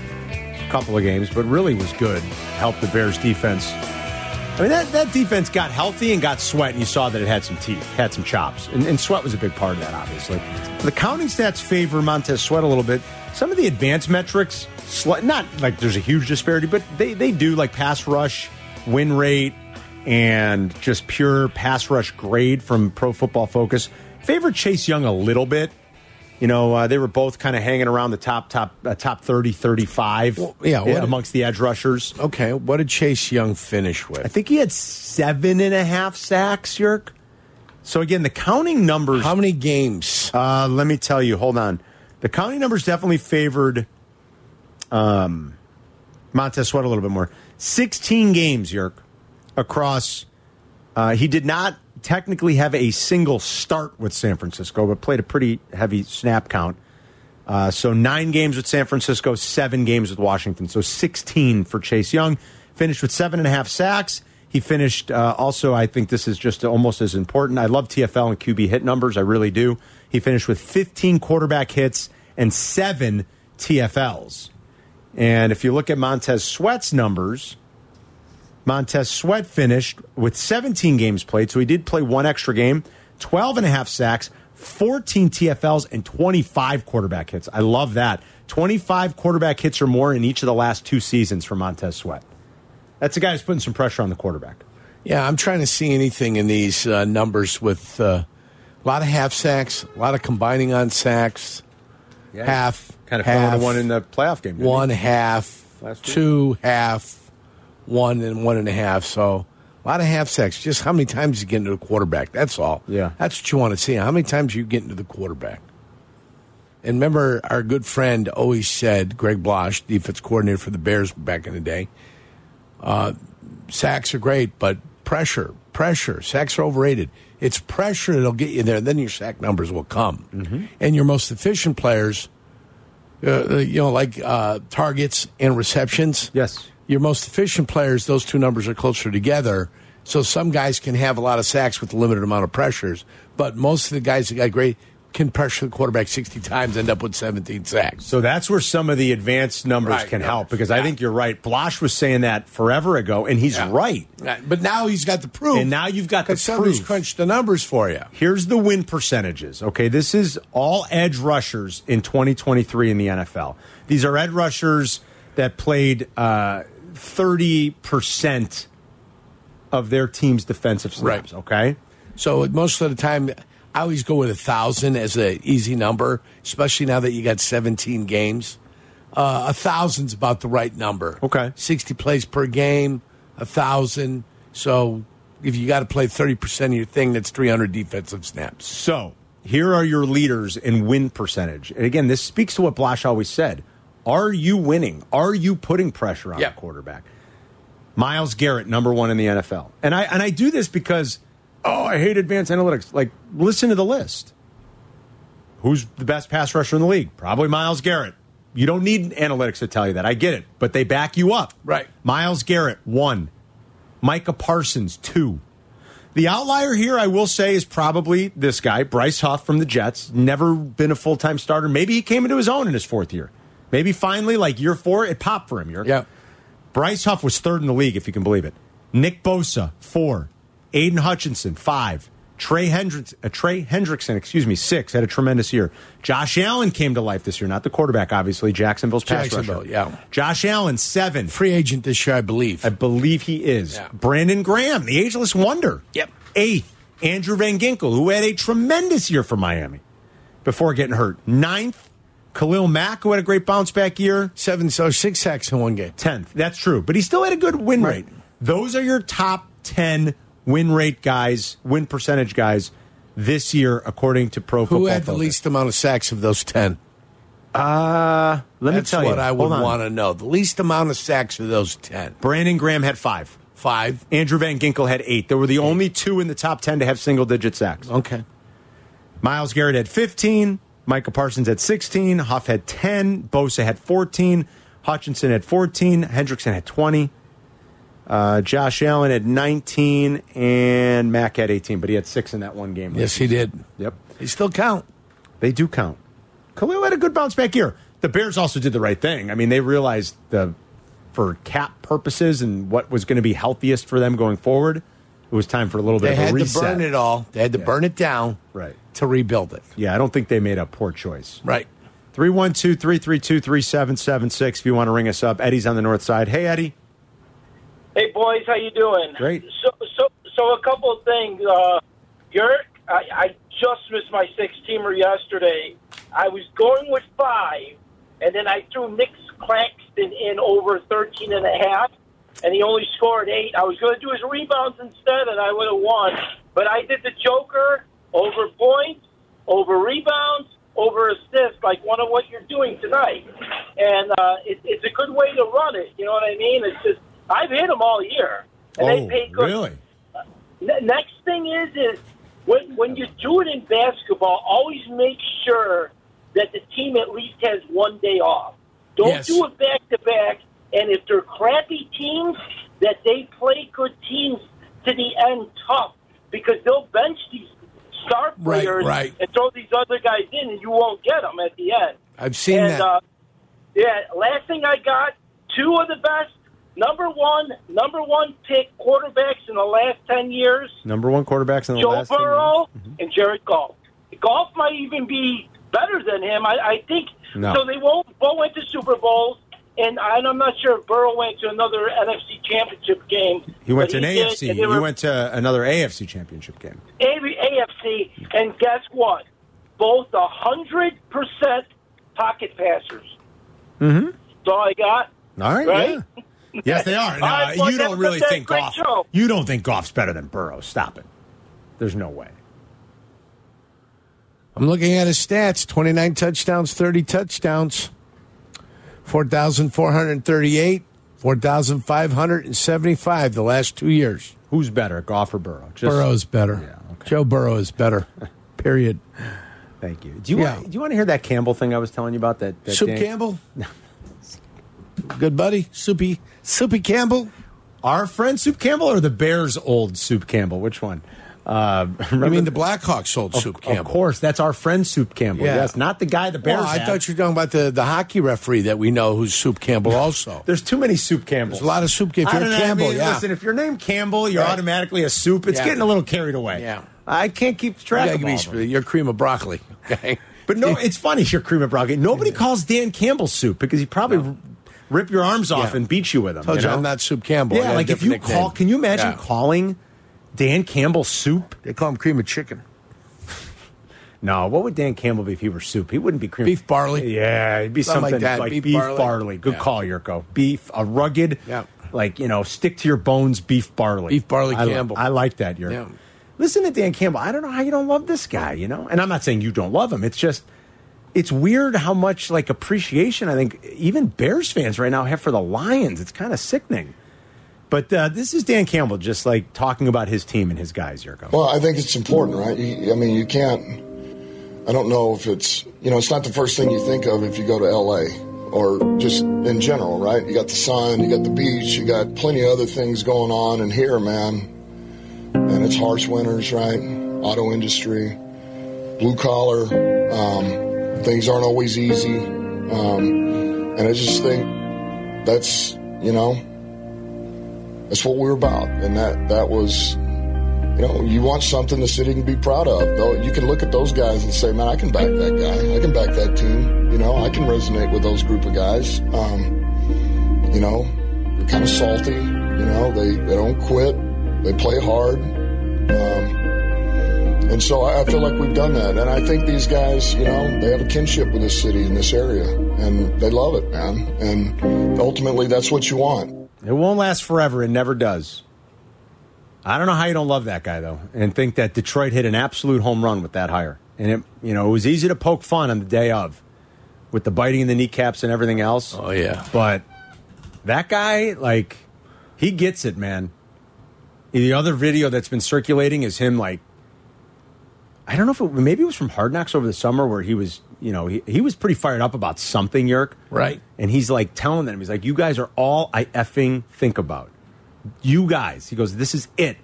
Speaker 2: couple of games, but really was good. Helped the Bears defense. I mean, that, that defense got healthy and got sweat, and you saw that it had some teeth, had some chops. And, and sweat was a big part of that, obviously. The counting stats favor Montez Sweat a little bit. Some of the advanced metrics, sli- not like there's a huge disparity, but they, they do, like pass rush, win rate, and just pure pass rush grade from Pro Football Focus. Favor Chase Young a little bit. You know, uh, they were both kind of hanging around the top, top, uh, top 30, 35
Speaker 3: Well, yeah, what-
Speaker 2: amongst the edge rushers.
Speaker 3: Okay, what did Chase Young finish with?
Speaker 2: I think he had seven and a half sacks, Yerk. So again, the counting numbers.
Speaker 3: How many games?
Speaker 2: Uh, let me tell you. Hold on. The counting numbers definitely favored um, Montez Sweat a little bit more. Sixteen games, Yerk, across. Uh, he did not technically have a single start with San Francisco, but played a pretty heavy snap count. Uh, so nine games with San Francisco, seven games with Washington. So 16 for Chase Young. Finished with seven and a half sacks. He finished uh, also, I think this is just almost as important. I love TFL and QB hit numbers. I really do. He finished with 15 quarterback hits and seven TFLs. And if you look at Montez Sweat's numbers, Montez Sweat finished with 17 games played, so he did play one extra game, 12 and a half sacks, 14 TFLs, and 25 quarterback hits. I love that. 25 quarterback hits or more in each of the last two seasons for Montez Sweat. That's a guy who's putting some pressure on the quarterback.
Speaker 3: Yeah, I'm trying to see anything in these uh, numbers with uh, a lot of half sacks, a lot of combining on sacks, half,
Speaker 2: Kind of
Speaker 3: half,
Speaker 2: four to one in the playoff game. didn't he?
Speaker 3: one half,
Speaker 2: Last week?
Speaker 3: two half, one and one and a half. So a lot of half sacks. Just how many times you get into the quarterback. That's all.
Speaker 2: Yeah.
Speaker 3: that's what you want to see. How many times you get into the quarterback. And remember, our good friend always said, Greg Blosch, defense coordinator for the Bears back in the day. Uh, sacks are great, but pressure, pressure, sacks are overrated. It's pressure that'll get you there. Then your sack numbers will come,
Speaker 2: Mm-hmm.
Speaker 3: and your most efficient players, uh, you know, like uh, targets and receptions.
Speaker 2: Yes.
Speaker 3: your most efficient players; those two numbers are closer together. So some guys can have a lot of sacks with a limited amount of pressures, but most of the guys that got great can pressure the quarterback sixty times, end up with seventeen sacks.
Speaker 2: So that's where some of the advanced numbers
Speaker 3: Right,
Speaker 2: can
Speaker 3: numbers.
Speaker 2: help because I
Speaker 3: Yeah.
Speaker 2: think you're right. Blosh was saying that forever ago, and he's
Speaker 3: Yeah.
Speaker 2: right.
Speaker 3: Right, But now he's got the proof.
Speaker 2: And now you've got the
Speaker 3: 'Cause somebody's
Speaker 2: proof.
Speaker 3: crunched the numbers for you.
Speaker 2: Here's the win percentages. Okay, this is all edge rushers in 2023 in the NFL. These are edge rushers that played uh, 30% of their team's defensive snaps.
Speaker 3: Right.
Speaker 2: Okay.
Speaker 3: So most of the time, I always go with a thousand as an easy number, especially now that you got 17 games. Uh, a thousand's about the right number.
Speaker 2: Okay.
Speaker 3: 60 plays per game, a thousand. So if you got to play 30% of your thing, that's 300 defensive snaps.
Speaker 2: So here are your leaders in win percentage. And again, this speaks to what Blash always said. Are you winning? Are you putting pressure on
Speaker 3: Yeah.
Speaker 2: the quarterback? Miles Garrett, number one in the NFL. And I and I do this because oh, I hate advanced analytics. Like, listen to the list. Who's the best pass rusher in the league? Probably Miles Garrett. You don't need analytics to tell you that. I get it, but they back you up.
Speaker 3: Right.
Speaker 2: Miles Garrett, one. Micah Parsons, two. The outlier here, I will say, is probably this guy, Bryce Huff from the Jets. Never been a full time starter. Maybe he came into his own in his fourth year. Maybe finally, like year four, it popped for him. Year.
Speaker 3: Yeah.
Speaker 2: Bryce Huff was third in the league, if you can believe it. Nick Bosa, four. Aiden Hutchinson, five. Trey, Hendricks, uh, Trey Hendrickson, excuse me, six. Had a tremendous year. Josh Allen came to life this year, not the quarterback, obviously. Jacksonville's pass
Speaker 3: Jacksonville,
Speaker 2: rusher.
Speaker 3: yeah.
Speaker 2: Josh Allen, seven.
Speaker 3: Free agent this year, I believe.
Speaker 2: I believe he is.
Speaker 3: Yeah.
Speaker 2: Brandon Graham, the ageless wonder.
Speaker 3: Yep.
Speaker 2: Eighth, Andrew Van Ginkel, who had a tremendous year for Miami before getting hurt. Ninth, Khalil Mack, who had a great bounce back year.
Speaker 3: Seven, so six sacks in one game.
Speaker 2: 10th. That's true. But he still had a good win
Speaker 3: Right.
Speaker 2: rate. Those are your top 10 win rate guys, win percentage guys this year, according to Pro Football
Speaker 3: Who had the
Speaker 2: Focus.
Speaker 3: least amount of sacks of those 10?
Speaker 2: Let me
Speaker 3: That's
Speaker 2: tell you.
Speaker 3: what I would
Speaker 2: Hold on.
Speaker 3: want to know. The least amount of sacks of those 10.
Speaker 2: Brandon Graham had five.
Speaker 3: Five.
Speaker 2: Andrew Van Ginkel had eight. There were the only two in the top 10 to have single digit sacks.
Speaker 3: Okay.
Speaker 2: Miles Garrett had 15. Micah Parsons had 16. Huff had 10. Bosa had 14. Hutchinson had 14. Hendrickson had 20. Uh, Josh Allen had 19. And Mack had 18, but he had six in that one game.
Speaker 3: Yes, he did.
Speaker 2: Yep.
Speaker 3: They still count.
Speaker 2: They do count. Khalil had a good bounce back year. The Bears also did the right thing. I mean, they realized the for cap purposes and what was going to be healthiest for them going forward, it was time for a little bit
Speaker 3: They
Speaker 2: of a
Speaker 3: had to
Speaker 2: reset.
Speaker 3: burn it all. They had to burn it down
Speaker 2: Right.
Speaker 3: to rebuild it.
Speaker 2: Yeah, I don't think they made a poor choice.
Speaker 3: Right.
Speaker 2: 312 332 3776 if you want to ring us up. Eddie's on the north side. Hey, Eddie.
Speaker 6: Hey boys, how you doing?
Speaker 2: Great.
Speaker 6: So, so, so a couple of things. Uh, Yurt, I, I just missed my six teamer yesterday. I was going with five, and then I threw Nick Claxton in over 13 and a half, and he only scored eight. I was going to do his rebounds instead, and I would have won. But I did the Joker over points, over rebounds, over assists, like one of what you're doing tonight. And uh, it, it's a good way to run it. You know what I mean? It's just I've hit them all year, and
Speaker 3: Oh,
Speaker 6: they pay good. Ne- next thing is is when when you do it in basketball, always make sure that the team at least has one day off. Don't
Speaker 3: Yes.
Speaker 6: do it back to back. And if they're crappy teams, that they play good teams to the end tough because they'll bench these star
Speaker 3: Right,
Speaker 6: players
Speaker 3: right.
Speaker 6: and throw these other guys in, and you won't get them at the end.
Speaker 3: I've seen
Speaker 6: and,
Speaker 3: that.
Speaker 6: Uh, yeah, last thing I got, two of the best number one number one pick quarterbacks in the last ten years.
Speaker 2: Number one quarterbacks in the
Speaker 6: Joe
Speaker 2: last 10 years. Mm-hmm.
Speaker 6: Burrow and Jared Goff. golf might even be better than him. I, I think
Speaker 2: No.
Speaker 6: so. They won't. Bo went to Super Bowls, and, I, and I'm not sure if Burrow went to another NFC Championship game.
Speaker 2: You went to
Speaker 6: but
Speaker 2: an
Speaker 6: he did,
Speaker 2: AFC.
Speaker 6: and they
Speaker 2: You
Speaker 6: were-
Speaker 2: went to another AFC championship game.
Speaker 6: every AFC, and guess what? Both a hundred percent pocket passers. Mm-hmm. That's all I got.
Speaker 2: All right.
Speaker 6: Right?
Speaker 2: Yeah. Yes, they are.
Speaker 6: All
Speaker 2: Now,
Speaker 6: right, boys,
Speaker 2: you
Speaker 6: have
Speaker 2: don't
Speaker 6: a
Speaker 2: really
Speaker 6: good day.
Speaker 2: think
Speaker 6: Great
Speaker 2: golf.
Speaker 6: show.
Speaker 2: You don't think golf's better than Burrow. Stop it. There's no way.
Speaker 3: I'm looking at his stats 29 touchdowns, 30 touchdowns, 4,438, 4,575 the last two years.
Speaker 2: Who's better, golf or Burrow? Just,
Speaker 3: Burrow's better.
Speaker 2: Yeah, okay.
Speaker 3: Joe Burrow is better. Period.
Speaker 2: Thank you. Do you
Speaker 3: Yeah.
Speaker 2: want, do you want to hear that Campbell thing I was telling you about? That, that
Speaker 3: Soup
Speaker 2: Dan-
Speaker 3: Campbell? *laughs* Good buddy. Soupy. Soupy Campbell.
Speaker 2: Our friend Soup Campbell or the Bears' old Soup Campbell? Which one? Uh, *laughs* remember-
Speaker 3: I mean, the Blackhawks sold Soup
Speaker 2: Of
Speaker 3: Campbell.
Speaker 2: course, that's our friend Soup Campbell.
Speaker 3: Yeah.
Speaker 2: Yes, not the guy the Bears.
Speaker 3: Well, I
Speaker 2: had.
Speaker 3: thought you were talking about the, the hockey referee that we know who's Soup Campbell
Speaker 2: *laughs*
Speaker 3: also.
Speaker 2: There's too many Soup Campbells.
Speaker 3: There's a lot of Soup Campbell.
Speaker 2: I
Speaker 3: If you're
Speaker 2: don't know, I
Speaker 3: Campbell,
Speaker 2: mean,
Speaker 3: yeah.
Speaker 2: Listen, if your name Campbell, you're
Speaker 3: Right.
Speaker 2: automatically a soup. It's
Speaker 3: Yeah.
Speaker 2: getting a little carried away.
Speaker 3: Yeah.
Speaker 2: I can't keep track
Speaker 3: you
Speaker 2: of all of them.
Speaker 3: are cream of broccoli.
Speaker 2: *laughs*
Speaker 3: Okay.
Speaker 2: But no, it's funny. Your cream of broccoli. Nobody calls Dan Campbell soup because he probably r rip your arms off
Speaker 3: Yeah.
Speaker 2: and beat you with them.
Speaker 3: Told you,
Speaker 2: know?
Speaker 3: I'm not Soup Campbell. I
Speaker 2: Yeah,
Speaker 3: got a
Speaker 2: like if you
Speaker 3: different nickname.
Speaker 2: call, can you imagine
Speaker 3: Yeah.
Speaker 2: calling Dan Campbell soup?
Speaker 3: They call him cream of chicken.
Speaker 2: No, what would Dan Campbell be if he were soup? He wouldn't be cream.
Speaker 3: Beef barley.
Speaker 2: Yeah, it'd be
Speaker 3: Something like
Speaker 2: something,
Speaker 3: that.
Speaker 2: like
Speaker 3: Beef
Speaker 2: beef,
Speaker 3: barley.
Speaker 2: barley. Good
Speaker 3: Yeah.
Speaker 2: call, Yurko. Beef, a rugged,
Speaker 3: Yeah.
Speaker 2: like you know, stick to your bones. Beef barley.
Speaker 3: Beef barley
Speaker 2: I li-
Speaker 3: Campbell.
Speaker 2: I like that, Yurko.
Speaker 3: Yeah.
Speaker 2: Listen to Dan Campbell. I don't know how you don't love this guy. You know, and I'm not saying you don't love him. It's just. It's weird how much like appreciation I think even Bears fans right now have for the Lions. It's kind of sickening. But uh, this is Dan Campbell just like talking about his team and his guys, Yurko.
Speaker 7: Well, I think it's important, right? You- I mean, you can't. I don't know if it's you know it's not the first thing you think of if you go to L.A. or just in general, right? You got the sun, you got the beach, you got plenty of other things going on in here, man. And it's harsh winters, right? Auto industry, blue collar, um, things aren't always easy, um, and I just think that's you know that's what we're about, and that that was you know, you want something the city can be proud of. Though you can look at those guys and say, "Man, I can back that guy. I can back that team. You know, I can resonate with those group of guys." Um, you know, they're kind of salty. You know, they they don't quit. They play hard. Um, and so I, I feel like we've done that. And I think these guys, you know, they have a kinship with this city and this area, and they love it, man. And ultimately, that's what you want.
Speaker 2: It won't last forever. It never does. I don't know how you don't love that guy though, and think that Detroit hit an absolute home run with that hire. And it, you know, it was easy to poke fun on the day of, with the biting in the kneecaps and everything else.
Speaker 3: Oh, yeah.
Speaker 2: But that guy, like, he gets it, man. The other video that's been circulating is him like I don't know if it, maybe it was from Hard Knocks over the summer where he was, you know, he, he was pretty fired up about something, Yerk.
Speaker 3: Right.
Speaker 2: And he's like telling them, he's like, you guys are all I effing think about. You guys. He goes, this is it.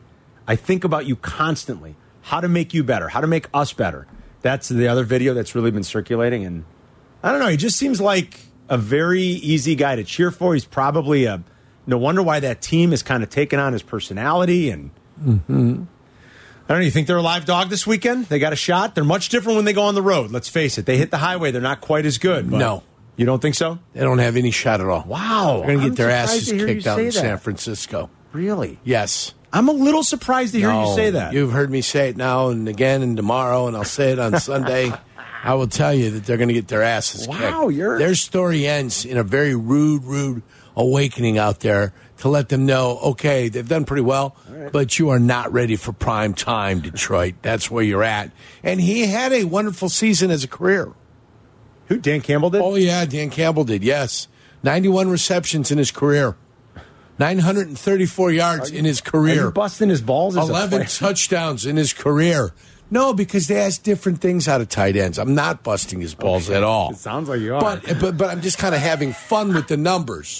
Speaker 2: I think about you constantly. How to make you better, how to make us better. That's the other video that's really been circulating. And I don't know. He just seems like a very easy guy to cheer for. He's probably a, no wonder why that team is kind of taken on his personality and.
Speaker 3: Mm-hmm.
Speaker 2: I don't know. You think they're a live dog this weekend? They got a shot. They're much different when they go on the road. Let's face it. They hit the highway. They're not quite as good. but-
Speaker 3: No.
Speaker 2: you don't think so?
Speaker 3: They don't have any shot at all.
Speaker 2: Wow,
Speaker 3: They're going to
Speaker 2: I'm
Speaker 3: get their
Speaker 2: surprised
Speaker 3: asses
Speaker 2: to hear
Speaker 3: kicked
Speaker 2: you
Speaker 3: out
Speaker 2: say
Speaker 3: in San
Speaker 2: that.
Speaker 3: Francisco.
Speaker 2: Really?
Speaker 3: Yes.
Speaker 2: I'm a little surprised to hear
Speaker 3: No.
Speaker 2: you say that.
Speaker 3: You've heard me say it now and again and tomorrow, and I'll say it on
Speaker 2: *laughs*
Speaker 3: Sunday. I will tell you that they're going to get their asses
Speaker 2: Wow,
Speaker 3: kicked.
Speaker 2: you're-
Speaker 3: Their story ends in a very rude, rude awakening out there to let them know, okay, they've done pretty well, but you are not ready for prime time, Detroit. That's where you're at. And he had a wonderful season as a career.
Speaker 2: Who Dan Campbell did?
Speaker 3: Oh yeah, Dan Campbell did. Yes, ninety-one receptions in his career, nine hundred and thirty-four yards in his
Speaker 2: Are
Speaker 3: career,
Speaker 2: you busting his balls as a
Speaker 3: eleven
Speaker 2: player?
Speaker 3: touchdowns in his career. No, because they ask different things out of tight ends. I'm not busting his balls at all.
Speaker 2: It sounds like you are.
Speaker 3: But but, but I'm just kind of having fun with the numbers.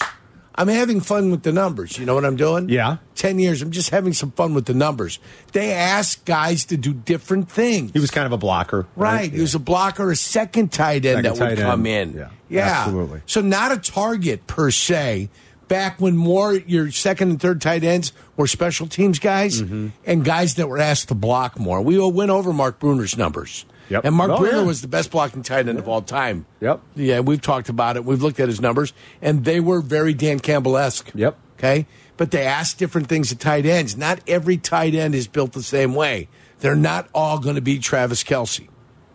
Speaker 3: I'm having fun with the numbers. You know what I'm doing?
Speaker 2: Yeah.
Speaker 3: 10 years. I'm just having some fun with the numbers. They ask guys to do different things.
Speaker 2: he was kind of a blocker.
Speaker 3: Right. He was a blocker, a second tight end
Speaker 2: Second
Speaker 3: that would
Speaker 2: tight end.
Speaker 3: come in.
Speaker 2: Yeah. Absolutely.
Speaker 3: So not a target per se. Back when more your second and third tight ends were
Speaker 2: Mm-hmm.
Speaker 3: special teams guys and guys that were asked to block more. We all went over Mark Bruner's numbers.
Speaker 2: Yep.
Speaker 3: And Mark
Speaker 2: Oh,
Speaker 3: Breer
Speaker 2: yeah.
Speaker 3: was the best blocking tight end of all time.
Speaker 2: Yep.
Speaker 3: Yeah, we've talked about it. We've looked at his numbers, and they were very Dan Campbell esque.
Speaker 2: Yep.
Speaker 3: Okay. But they ask different things of tight ends. Not every tight end is built the same way. They're not all going to be Travis Kelsey.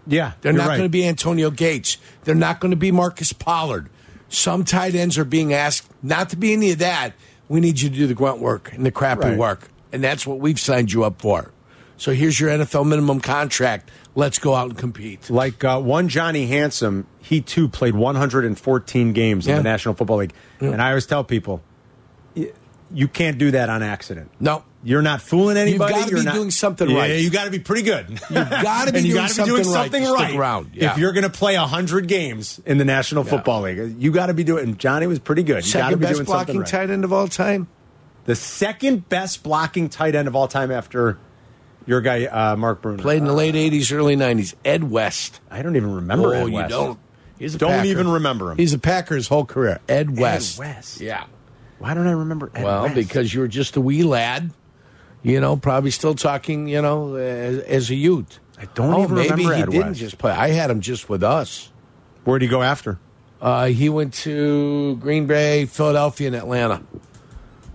Speaker 2: Yeah,
Speaker 3: They're
Speaker 2: you're
Speaker 3: not
Speaker 2: right.
Speaker 3: going to be Antonio Gates. They're not going to be Marcus Pollard. Some tight ends are being asked not to be any of that. We need you to do the grunt work and the crappy
Speaker 2: Right.
Speaker 3: work. And that's what we've signed you up for. So here's your NFL minimum contract. Let's go out and compete.
Speaker 2: Like uh, one Johnny Handsome, he too played 114 games in
Speaker 3: Yeah.
Speaker 2: the National Football League. And I always tell people, y- you can't do that on accident.
Speaker 3: No.
Speaker 2: You're not fooling anybody.
Speaker 3: gotta
Speaker 2: You're
Speaker 3: be
Speaker 2: not-
Speaker 3: doing something
Speaker 2: yeah,
Speaker 3: right.
Speaker 2: you got to be pretty good. You've
Speaker 3: gotta be
Speaker 2: *laughs* and you
Speaker 3: doing
Speaker 2: gotta be doing
Speaker 3: something right
Speaker 2: something
Speaker 3: to stick
Speaker 2: right.
Speaker 3: around. Yeah.
Speaker 2: If you're going to play 100 games in the National Football League, you got to be doing And Johnny was pretty good. You got to
Speaker 3: Second
Speaker 2: be
Speaker 3: best
Speaker 2: doing something
Speaker 3: blocking
Speaker 2: right.
Speaker 3: tight end of all time.
Speaker 2: the second best blocking tight end of all time after your guy, uh, Mark Bruner.
Speaker 3: Played in the late 80s, early 90s. Ed West.
Speaker 2: I don't even remember
Speaker 3: oh,
Speaker 2: Ed
Speaker 3: you
Speaker 2: West.
Speaker 3: don't. He's a
Speaker 2: Don't
Speaker 3: Packer.
Speaker 2: even remember him.
Speaker 3: He's a Packer his whole career. Ed West.
Speaker 2: West.
Speaker 3: Yeah.
Speaker 2: Why don't I remember Ed
Speaker 3: Well,
Speaker 2: West?
Speaker 3: because you were just a wee lad, you know, probably still talking, you know, as, as a youth.
Speaker 2: I don't
Speaker 3: oh,
Speaker 2: even
Speaker 3: maybe
Speaker 2: remember
Speaker 3: he
Speaker 2: Ed
Speaker 3: didn't
Speaker 2: West.
Speaker 3: just play. I had him just with us.
Speaker 2: Where'd he go after?
Speaker 3: Uh, he went to Green Bay, Philadelphia, and Atlanta.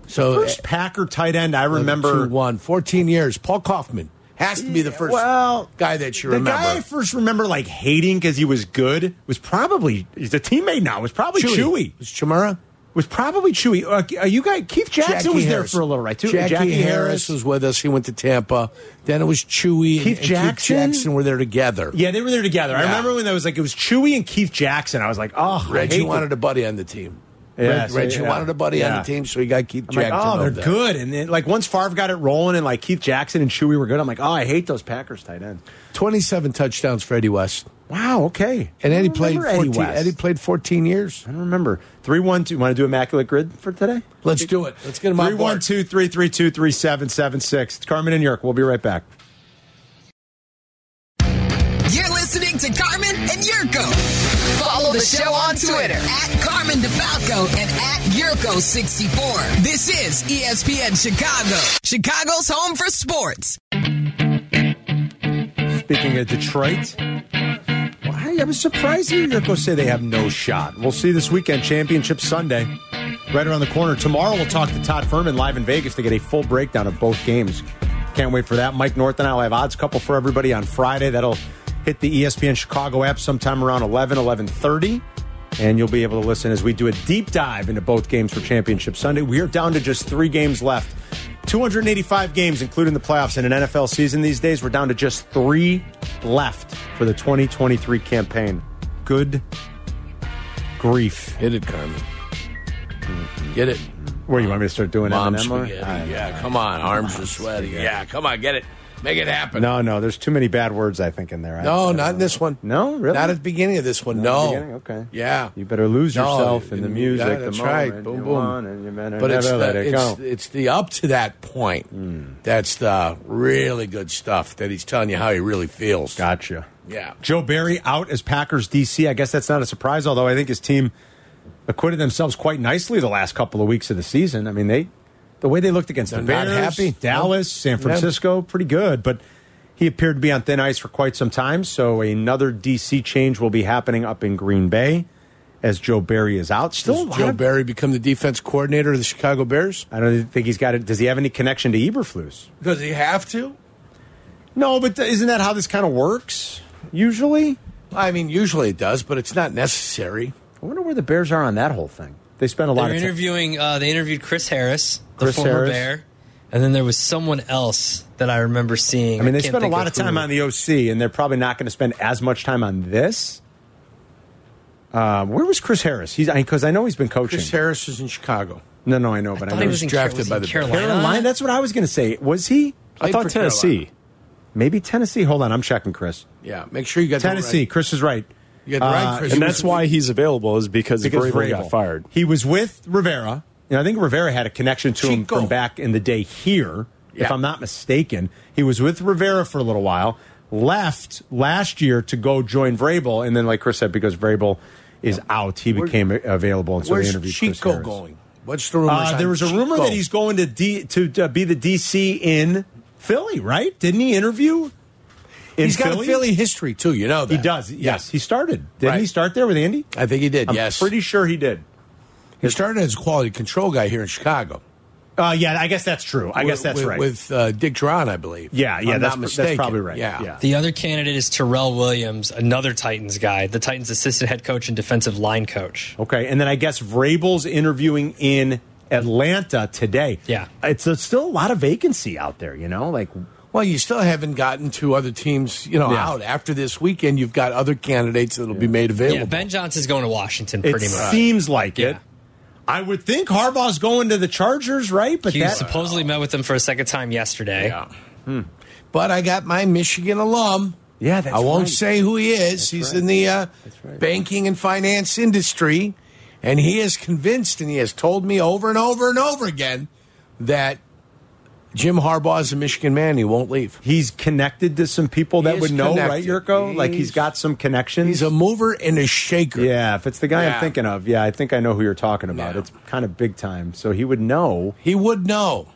Speaker 3: So uh,
Speaker 2: First Packer tight end I remember.
Speaker 3: two, one, 14 years. Paul Kaufman has to be the first
Speaker 2: Well,
Speaker 3: guy that you
Speaker 2: the
Speaker 3: remember.
Speaker 2: guy I first remember like hating because he was good was probably he's a teammate now. Was probably Chewy.
Speaker 3: was Chimera.
Speaker 2: Was probably Chewy. Uh, you guys, Keith Jackson was there
Speaker 3: Harris.
Speaker 2: for a little, right? Too.
Speaker 3: Jackie, Harris was with us. He went to Tampa. Then it was Chewy and-
Speaker 2: Keith
Speaker 3: and
Speaker 2: Jackson?
Speaker 3: Keith Jackson were there together.
Speaker 2: Yeah, they were there together. I
Speaker 3: Yeah.
Speaker 2: remember when that was like it was Chewy and Keith Jackson. I was like, oh, I
Speaker 3: Reggie
Speaker 2: hate
Speaker 3: wanted a buddy on the team.
Speaker 2: Yeah,
Speaker 3: Reg,
Speaker 2: so,
Speaker 3: Reggie
Speaker 2: yeah.
Speaker 3: wanted a buddy on
Speaker 2: Yeah.
Speaker 3: the team, so he got Keith
Speaker 2: I'm like,
Speaker 3: Jackson.
Speaker 2: oh, they're
Speaker 3: over there.
Speaker 2: good. And then, like, once Favre got it rolling and, like, Keith Jackson and Chewy were good, I'm like, oh, I hate those Packers tight ends.
Speaker 3: Twenty-seven touchdowns for Eddie West,
Speaker 2: Wow, okay.
Speaker 3: and
Speaker 2: I
Speaker 3: Eddie
Speaker 2: don't
Speaker 3: played.
Speaker 2: remember Eddie
Speaker 3: 14,
Speaker 2: West.
Speaker 3: played fourteen years.
Speaker 2: I don't remember. 312. Want to do Immaculate Grid for today?
Speaker 3: Let's do it. Let's get him on board.
Speaker 2: 312 332 3776. It's Carmen and York. We'll be right back.
Speaker 1: You're listening to Carmen and Yurko. Follow the show on Twitter at Carmen DeFalco and at Yurko64. This is E ESPN Chicago, Chicago's home for sports.
Speaker 2: Speaking of Detroit, well, I, I was surprised to hear Yurko say they have no shot. We'll see this weekend, Championship Sunday, right around the corner. Tomorrow, we'll talk to Todd Furman live in Vegas to get a full breakdown of both games. Can't wait for that. Mike North and I will have odds couple for everybody on Friday. That'll hit the E ESPN Chicago app sometime around 11, 11.30. And you'll be able to listen as we do a deep dive into both games for Championship Sunday. We are down to just three games left. 285 games, including the playoffs in an NFL season these days. We're down to just three left for the 2023 campaign. Good grief.
Speaker 3: Hit it, Carmen. Get it.
Speaker 2: Where you want me to start doing
Speaker 3: Mom
Speaker 2: M&M or?
Speaker 3: spaghetti.
Speaker 2: All right.
Speaker 3: yeah, come on. Arms are sweaty. Yeah, come on. Get it. Make it happen.
Speaker 2: No, no, there's too many bad words, I think, in there. I-
Speaker 3: No,
Speaker 2: I
Speaker 3: not
Speaker 2: don't
Speaker 3: in
Speaker 2: know.
Speaker 3: this one.
Speaker 2: uh, No, really?
Speaker 3: Not at the beginning of this one.
Speaker 2: Not
Speaker 3: No.
Speaker 2: at the beginning? Okay.
Speaker 3: Yeah.
Speaker 2: You better lose
Speaker 3: No,
Speaker 2: yourself in the
Speaker 3: you-
Speaker 2: music,
Speaker 3: yeah,
Speaker 2: the
Speaker 3: that's
Speaker 2: moment
Speaker 3: right. Boom,
Speaker 2: you
Speaker 3: boom.
Speaker 2: want, and you better
Speaker 3: But it's
Speaker 2: never
Speaker 3: the,
Speaker 2: let it
Speaker 3: it's,
Speaker 2: go. Hmm.
Speaker 3: it's the up to that point that's the really good stuff that he's telling you how he really feels.
Speaker 2: Gotcha.
Speaker 3: Yeah.
Speaker 2: Joe Barry out as Packers DC. I guess that's not a surprise, although I think his team acquitted themselves quite nicely the last couple of weeks of the season. I mean, they the way they looked against the
Speaker 3: They're not
Speaker 2: Bears,
Speaker 3: happy.
Speaker 2: Dallas, San Francisco, pretty good, but he appeared to be on thin ice for quite some time, so another DC change will be happening up in Green Bay as Joe Barry is out. Still a
Speaker 3: Does
Speaker 2: lot
Speaker 3: Joe
Speaker 2: of-
Speaker 3: Barry become the defense coordinator of the Chicago Bears?
Speaker 2: I don't think he's got it. Does he have any connection to Eberflus?
Speaker 3: Does he have to?
Speaker 2: No, but isn't that how this kind of works usually?
Speaker 3: I mean, usually it does, but it's not necessary.
Speaker 2: I wonder where the Bears are on that whole thing. They spent a lot
Speaker 5: They're
Speaker 2: of time.
Speaker 5: interviewing. Uh, they interviewed Chris Harris, the
Speaker 2: Chris
Speaker 5: former
Speaker 2: Harris.
Speaker 5: Bear, and then there was someone else that I remember seeing.
Speaker 2: I mean, they
Speaker 5: can't
Speaker 2: spent a
Speaker 5: think
Speaker 2: lot of time
Speaker 5: who.
Speaker 2: on the OC, and they're probably not going to spend as much time on this. Um, where was Chris Harris? He's because I know he's been coaching.
Speaker 3: Chris Harris is in Chicago.
Speaker 2: no, no, I know,
Speaker 5: I
Speaker 2: but I, know
Speaker 5: thought he
Speaker 3: he
Speaker 5: was
Speaker 3: was
Speaker 5: in
Speaker 3: drafted
Speaker 5: was he
Speaker 3: by
Speaker 5: in
Speaker 3: the
Speaker 5: Carolina.
Speaker 2: Carolina. That's what I was going to say. Was he?
Speaker 3: Played
Speaker 2: I thought
Speaker 3: for
Speaker 2: Tennessee.
Speaker 3: Carolina.
Speaker 2: Maybe Tennessee. Hold on, I'm checking Chris.
Speaker 3: Yeah, make sure you got
Speaker 2: Tennessee.
Speaker 3: The right.
Speaker 2: Chris is right.
Speaker 3: You got the right
Speaker 2: Uh,
Speaker 3: Chris.
Speaker 8: And that's why he's available is because,
Speaker 2: because
Speaker 8: because
Speaker 2: Vrabel
Speaker 8: got fired.
Speaker 2: He was with Rivera, and I think Rivera had a connection to him
Speaker 3: Chico.
Speaker 2: from back in the day here, if
Speaker 3: Yeah.
Speaker 2: I'm not mistaken. He was with Rivera for a little while, left last year to go join Vrabel, and then, like Chris said, because Vrabel is out, he became available, and so they
Speaker 3: Where's
Speaker 2: interviewed Chris
Speaker 3: Chico
Speaker 2: Harris.
Speaker 3: going? What's the rumor?
Speaker 2: Uh, there was a rumor that he's going uh, to D, to, to be the DC in Philly, right? Didn't he interview? in
Speaker 3: He's got
Speaker 2: Philly?
Speaker 3: a Philly history too. You know that
Speaker 2: He does. Yes, he started. Didn't
Speaker 3: Right.
Speaker 2: he start there with Indy?
Speaker 3: I think he did.
Speaker 2: I'm
Speaker 3: yes,
Speaker 2: pretty sure he did.
Speaker 3: he started as a quality control guy here in Chicago.
Speaker 2: Uh, yeah, I guess that's true. I guess
Speaker 3: With-
Speaker 2: that's
Speaker 3: with,
Speaker 2: right.
Speaker 3: With uh, Dick Duran, I believe.
Speaker 2: yeah,
Speaker 3: If
Speaker 2: yeah,
Speaker 3: I'm
Speaker 2: that's,
Speaker 3: not
Speaker 2: that's
Speaker 3: mistaken.
Speaker 2: probably right.
Speaker 3: Yeah.
Speaker 5: The other candidate is Terrell Williams, another Titans guy, the Titans assistant head coach and defensive line coach.
Speaker 2: Okay, and then I guess Vrabel's interviewing in Atlanta today.
Speaker 5: Yeah.
Speaker 2: it's a, still a lot of vacancy out there. You know, like
Speaker 3: Well, you still haven't gotten to other teams, you know,
Speaker 2: Yeah.
Speaker 3: out after this weekend. You've got other candidates that'll be made available.
Speaker 5: Yeah, Ben Johnson's going to Washington
Speaker 2: it
Speaker 5: pretty much.
Speaker 2: seems like it.
Speaker 5: Yeah.
Speaker 2: I would think Harbaugh's going to the Chargers, right? But
Speaker 5: He
Speaker 2: that,
Speaker 5: supposedly met with them for a second time yesterday.
Speaker 3: Yeah. But I got my Michigan alum.
Speaker 2: Yeah, that's
Speaker 3: I won't
Speaker 2: right.
Speaker 3: say who he is. He's in the uh, banking and finance industry, and he is convinced, and he has told me over and over and over again that Jim Harbaugh is a Michigan man. He won't leave.
Speaker 2: he's connected to some people that
Speaker 3: is
Speaker 2: would know, right,
Speaker 3: connected.
Speaker 2: Yurko? like he's
Speaker 3: He's-
Speaker 2: got some connections.
Speaker 3: He's a mover and a shaker.
Speaker 2: yeah, if it's the guy I'm
Speaker 3: Yeah.
Speaker 2: thinking of, yeah, I think I know who you're talking about.
Speaker 3: Yeah.
Speaker 2: It's kind of big time, so he would know.
Speaker 3: He would know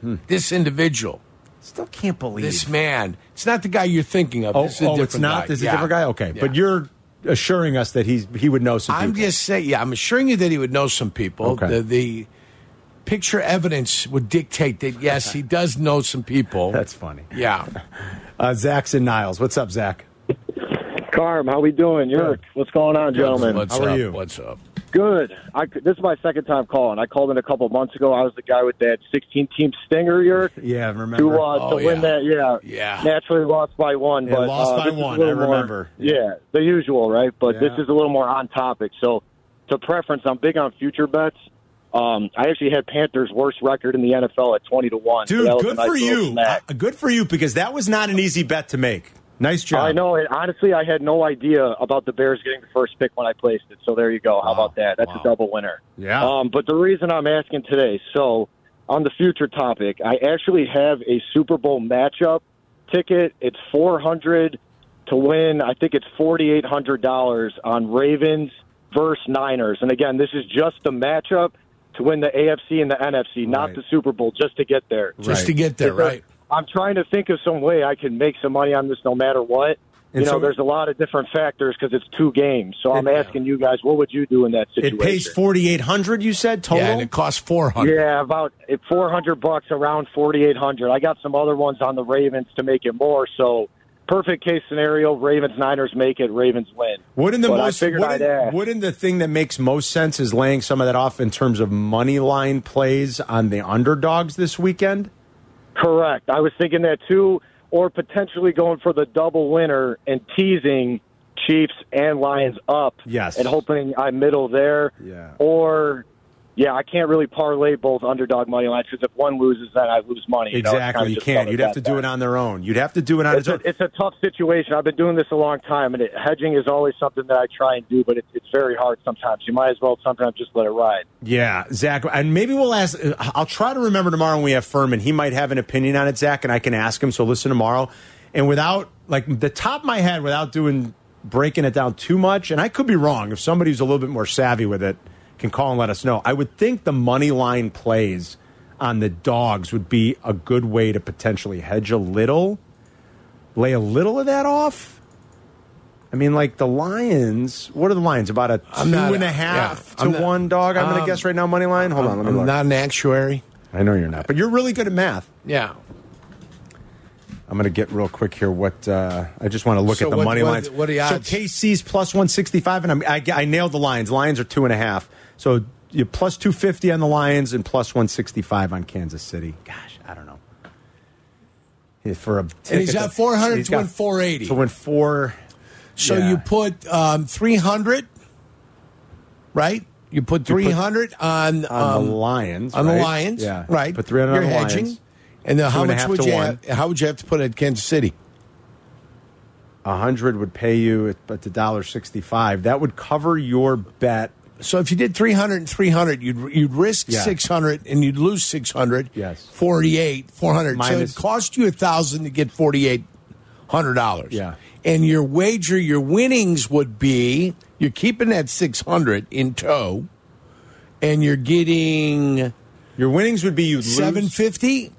Speaker 2: Hmm.
Speaker 3: this individual,
Speaker 2: Still can't believe
Speaker 3: this man. It's not the guy you're thinking of.
Speaker 2: Oh,
Speaker 3: this is a
Speaker 2: oh,
Speaker 3: different
Speaker 2: it's not.
Speaker 3: Guy.
Speaker 2: This is
Speaker 3: Yeah.
Speaker 2: a different guy. Okay,
Speaker 3: Yeah.
Speaker 2: but you're assuring us that he's he would know some.
Speaker 3: I'm
Speaker 2: people.
Speaker 3: just saying, yeah, I'm assuring you that he would know some people.
Speaker 2: Okay.
Speaker 3: The, the picture evidence would dictate that, yes, he does know some people.
Speaker 2: *laughs* That's funny.
Speaker 3: Yeah.
Speaker 2: Uh, Zach's in Niles. What's up, Zach?
Speaker 9: Carm, how we doing? Yurk,
Speaker 2: Good.
Speaker 9: what's going on, gentlemen?
Speaker 3: What's
Speaker 2: how are
Speaker 3: up?
Speaker 2: you?
Speaker 3: What's up?
Speaker 9: Good. I, this is my second time calling. I called in a couple months ago. I was the guy with that 16 team stinger, Yurk,
Speaker 2: *laughs* Yeah, remember?
Speaker 9: to, uh,
Speaker 3: Oh,
Speaker 9: to win
Speaker 3: yeah.
Speaker 9: that. Yeah.
Speaker 3: Yeah.
Speaker 9: Naturally lost by one.
Speaker 2: Yeah,
Speaker 9: but,
Speaker 2: lost
Speaker 9: uh,
Speaker 2: by
Speaker 9: this is a
Speaker 2: one,
Speaker 9: little
Speaker 2: I
Speaker 9: more-
Speaker 2: remember.
Speaker 9: yeah. the usual, right? But this
Speaker 2: Yeah.
Speaker 9: is a little more on topic. So, to preference, I'm big on future bets. Um, I actually had Panthers' worst record in the NFL at 20 to 1. so
Speaker 2: Dude,
Speaker 9: that was a
Speaker 2: good
Speaker 9: nice
Speaker 2: for
Speaker 9: little
Speaker 2: you.
Speaker 9: snack.
Speaker 2: Uh, good for you because that was not an easy bet to make. Nice job.
Speaker 9: I know. And honestly, I had no idea about the Bears getting the first pick when I placed it. So there you go. How about that? That's a double winner.
Speaker 2: Yeah.
Speaker 9: Um, but the reason I'm asking today, so on the future topic, I actually have a Super Bowl matchup ticket. It's 400 to win. I think it's $4,800 on Ravens versus Niners. And again, this is just the matchup to win the AFC and the NFC, not
Speaker 2: Right.
Speaker 9: the Super Bowl, just to get there.
Speaker 3: Just to get there,
Speaker 9: Because
Speaker 3: right?
Speaker 9: I'm trying to think of some way I can make some money on this no matter what. You
Speaker 2: And
Speaker 9: know,
Speaker 2: so-
Speaker 9: there's a lot of different factors because it's two games. So I'm asking you guys, what would you do in that situation?
Speaker 2: It pays forty eight hundred. You said total.
Speaker 3: Yeah, and it costs 400
Speaker 9: Yeah, about eh, 400 bucks, around 4,800. I got some other ones on the Ravens to make it more. So perfect case scenario: Ravens Niners make it, Ravens win.
Speaker 2: wouldn't the
Speaker 9: But I
Speaker 2: most?
Speaker 9: figured
Speaker 2: Wouldn't,
Speaker 9: I'd ask.
Speaker 2: wouldn't the thing that makes most sense is laying some of that off in terms of money line plays on the underdogs this weekend?
Speaker 9: Correct. I was thinking that too, or potentially going for the double winner and teasing Chiefs and Lions up.
Speaker 2: Yes.
Speaker 9: And hoping I middle there.
Speaker 2: Yeah.
Speaker 9: Or, yeah, I can't really parlay both underdog money lines because if one loses, then I lose money. you know? It's
Speaker 2: exactly.
Speaker 9: kinda
Speaker 2: You
Speaker 9: just
Speaker 2: can't.
Speaker 9: thought
Speaker 2: You'd
Speaker 9: of
Speaker 2: have to
Speaker 9: that
Speaker 2: do
Speaker 9: back.
Speaker 2: it on their own. You'd have to do it on
Speaker 9: It's
Speaker 2: its
Speaker 9: a,
Speaker 2: own.
Speaker 9: it's a tough situation. I've been doing this a long time, and it, hedging is always something that I try and do, but it, it's very hard sometimes. You might as well sometimes just let it ride.
Speaker 2: Yeah, Zach, and maybe we'll ask. uh, I'll try to remember tomorrow when we have Furman. He might have an opinion on it, Zach, and I can ask him. So listen tomorrow, and without like the top of my head, without doing breaking it down too much, and I could be wrong. If somebody who's a little bit more savvy with it can call and let us know, I would think the money line plays on the dogs would be a good way to potentially hedge a little, lay a little of that off. I mean, like the Lions. What are the Lions? About a two
Speaker 3: I'm
Speaker 2: and a half
Speaker 3: not- yeah,
Speaker 2: to
Speaker 3: I'm not-
Speaker 2: one dog. I'm going to
Speaker 3: Um,
Speaker 2: guess right now money line. Hold on, let me
Speaker 3: I'm
Speaker 2: look.
Speaker 3: not an actuary.
Speaker 2: I know you're not, but you're really good at math.
Speaker 3: Yeah.
Speaker 2: I'm going to get real quick here. What uh, I just want to look
Speaker 3: So
Speaker 2: at the
Speaker 3: what-
Speaker 2: money
Speaker 3: what-
Speaker 2: lines.
Speaker 3: what are the odds?
Speaker 2: So KC's plus one sixty five, and I'm, I, I nailed the Lions. Lions are two and a half. So you plus two fifty on the Lions and plus one sixty five on Kansas City. Gosh, I don't know. Yeah, For a
Speaker 3: And he's
Speaker 2: ticket
Speaker 3: got
Speaker 2: that-
Speaker 3: 400
Speaker 2: he's
Speaker 3: to
Speaker 2: got-
Speaker 3: win 480.
Speaker 2: to win four.
Speaker 3: So
Speaker 2: Yeah.
Speaker 3: you put um, 300, right? You put 300 on,
Speaker 2: on
Speaker 3: um,
Speaker 2: the Lions.
Speaker 3: on
Speaker 2: right?
Speaker 3: the Lions,
Speaker 2: Yeah,
Speaker 3: right?
Speaker 2: Put three hundred on
Speaker 3: You're
Speaker 2: the
Speaker 3: hedging.
Speaker 2: Lions.
Speaker 3: And then how
Speaker 2: and a
Speaker 3: much
Speaker 2: half
Speaker 3: would
Speaker 2: to
Speaker 3: you
Speaker 2: one.
Speaker 3: have, how would you have to put at Kansas City?
Speaker 2: A hundred would pay you at, at the dollar sixty five. That would cover your bet.
Speaker 3: So if you did 300 and 300, you'd you'd risk
Speaker 2: Yeah.
Speaker 3: 600 and you'd lose 600.
Speaker 2: Yes.
Speaker 3: 48, 400. so
Speaker 2: Minus-
Speaker 3: it cost you a 1000 to get 4800 dollars.
Speaker 2: Yeah.
Speaker 3: And your wager, your winnings would be you're keeping that 600 in tow and you're getting
Speaker 2: Your winnings would be you
Speaker 3: 750,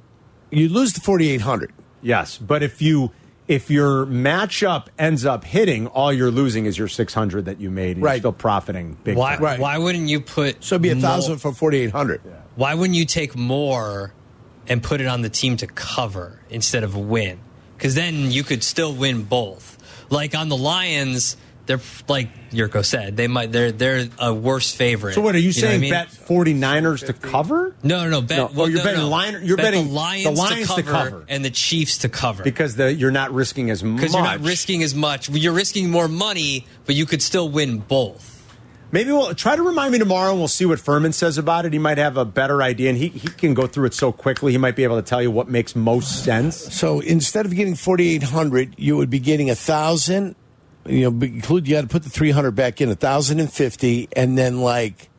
Speaker 3: you lose the 4800.
Speaker 2: Yes, but if you if your matchup ends up hitting, all you're losing is your 600 that you made. And You're
Speaker 3: Right.
Speaker 2: still profiting big
Speaker 5: Why,
Speaker 2: time.
Speaker 3: Right.
Speaker 5: why wouldn't you put
Speaker 3: So it'd be a
Speaker 5: mo-
Speaker 3: thousand for forty eight hundred.
Speaker 5: why wouldn't you take more and put it on the team to cover instead of win? Because then you could still win both. Like on the Lions, they're like Yurko said, they might they're they're a worse favorite.
Speaker 2: So what are you,
Speaker 5: know
Speaker 2: saying?
Speaker 5: I mean?
Speaker 2: bet 49ers to cover?
Speaker 5: No, no, no. Bet,
Speaker 2: No, oh,
Speaker 5: well,
Speaker 2: you're
Speaker 5: no,
Speaker 2: betting
Speaker 5: no.
Speaker 2: Lion- you're
Speaker 5: Bet
Speaker 2: betting
Speaker 5: the
Speaker 2: the
Speaker 5: Lions,
Speaker 2: Lions
Speaker 5: to,
Speaker 2: to
Speaker 5: cover
Speaker 2: cover.
Speaker 5: and the Chiefs to cover
Speaker 2: Because the, you're not risking as much.
Speaker 5: because you're not risking as much. You're risking more money, but you could still win both.
Speaker 2: Maybe we'll try to remind me tomorrow and we'll see what Furman says about it. He might have a better idea and he, he can go through it so quickly. He might be able to tell you what makes most sense.
Speaker 3: So instead of getting forty eight hundred, you would be getting a thousand. You know, be- include you got to put the three hundred back in a thousand and fifty, and then like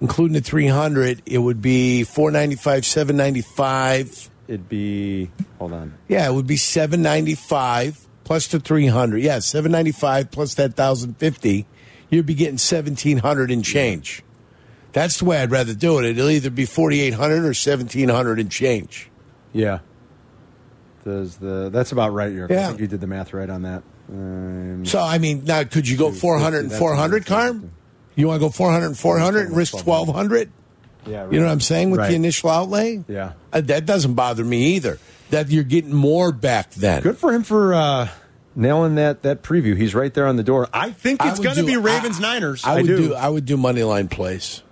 Speaker 3: including the three hundred, it would be four ninety five, seven ninety five.
Speaker 2: It'd be, hold on.
Speaker 3: Yeah, it would be seven ninety five plus the three hundred. Yeah, seven ninety five plus that thousand fifty. You'd be getting seventeen hundred and change. That's the way I'd rather do it. It'll either be forty eight hundred or seventeen hundred and change.
Speaker 2: Yeah. Does the, that's about right, Eric. I
Speaker 3: Yeah.
Speaker 2: think you did the math right on that. Um,
Speaker 3: So I mean, now could you go 400 and
Speaker 2: that's
Speaker 3: 400, Carm? You want to go 400 and 400 and risk 1200?
Speaker 2: yeah, right.
Speaker 3: You know what I'm saying with
Speaker 2: Right.
Speaker 3: the initial outlay?
Speaker 2: Yeah.
Speaker 3: Uh, that doesn't bother me either. That you're getting more back then.
Speaker 2: Good for him for uh, nailing that that preview. He's right there on the door. I think
Speaker 3: I
Speaker 2: it's
Speaker 3: would
Speaker 2: going to
Speaker 3: do-
Speaker 2: be
Speaker 3: I-
Speaker 2: Ravens Niners.
Speaker 3: I would do. I would do money line plays.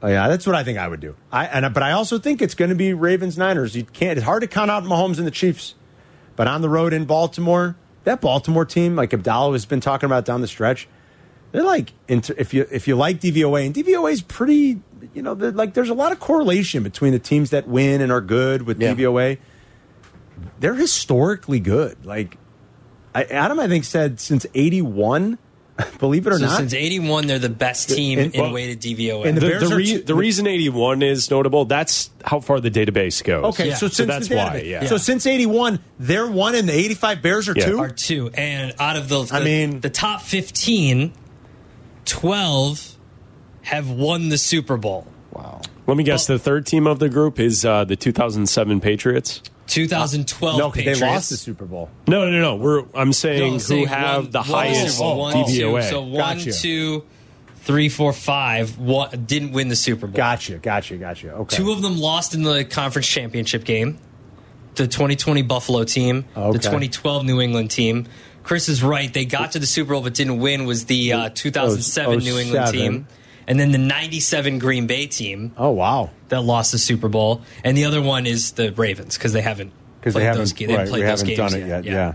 Speaker 2: Oh, yeah, that's what I think I would do. I and I- but I also think it's going to be Ravens Niners. You can't. It's hard to count out Mahomes and the Chiefs, but on the road in Baltimore, that Baltimore team, like Abdallah has been talking about down the stretch, they're like into, if you if you like DVOA and DVOA is pretty. You know, they're like there's a lot of correlation between the teams that win and are good with
Speaker 3: Yeah.
Speaker 2: DVOA. They're historically good. Like I, Adam, I think said since '81. *laughs* Believe it or
Speaker 5: So
Speaker 2: not,
Speaker 5: since '81, they're the best team
Speaker 2: In-
Speaker 5: in,
Speaker 2: well,
Speaker 5: weighted DVOA.
Speaker 2: in
Speaker 8: The,
Speaker 2: Bears
Speaker 8: the
Speaker 2: are
Speaker 8: re-
Speaker 2: two-
Speaker 8: the reason 81 is notable, that's how far the database goes.
Speaker 2: Okay,
Speaker 5: Yeah.
Speaker 2: so
Speaker 5: So
Speaker 2: since
Speaker 8: that's
Speaker 2: the
Speaker 8: why,
Speaker 2: database.
Speaker 8: yeah.
Speaker 2: So since '81, they're one, and the '85 Bears are
Speaker 8: Yeah.
Speaker 2: two.
Speaker 5: are two. And out of the,
Speaker 2: I
Speaker 5: the-
Speaker 2: mean-
Speaker 5: the top 15, 12 have won the Super Bowl.
Speaker 8: Let me guess, the third team of the group is uh, the 2007 Patriots?
Speaker 5: 2012
Speaker 2: no, 'cause
Speaker 5: Patriots.
Speaker 2: they lost the Super Bowl.
Speaker 8: No, no, no. We're I'm saying
Speaker 5: No,
Speaker 8: who
Speaker 5: saying
Speaker 8: have
Speaker 5: one-
Speaker 8: the
Speaker 5: one,
Speaker 8: highest
Speaker 5: two, one,
Speaker 8: DVOA.
Speaker 5: Two, so one,
Speaker 2: Gotcha.
Speaker 5: two, three, four, five one, didn't win the Super Bowl.
Speaker 2: Gotcha, gotcha, gotcha. Okay.
Speaker 5: Two of them lost in the conference championship game. The 2020 Buffalo team,
Speaker 2: Okay.
Speaker 5: the 2012 New England team. Chris is right. They got to the Super Bowl but didn't win. Was the
Speaker 2: Oh,
Speaker 5: uh, 2007 New England
Speaker 2: 07.
Speaker 5: team, and then the 97 Green Bay team
Speaker 2: oh wow.
Speaker 5: that lost the Super Bowl, and the other one is the Ravens because they haven't
Speaker 2: Because they
Speaker 5: played
Speaker 2: haven't,
Speaker 5: those, ga- they
Speaker 2: right,
Speaker 5: haven't played
Speaker 2: we
Speaker 5: those
Speaker 2: haven't
Speaker 5: games
Speaker 2: done it yet. Yeah.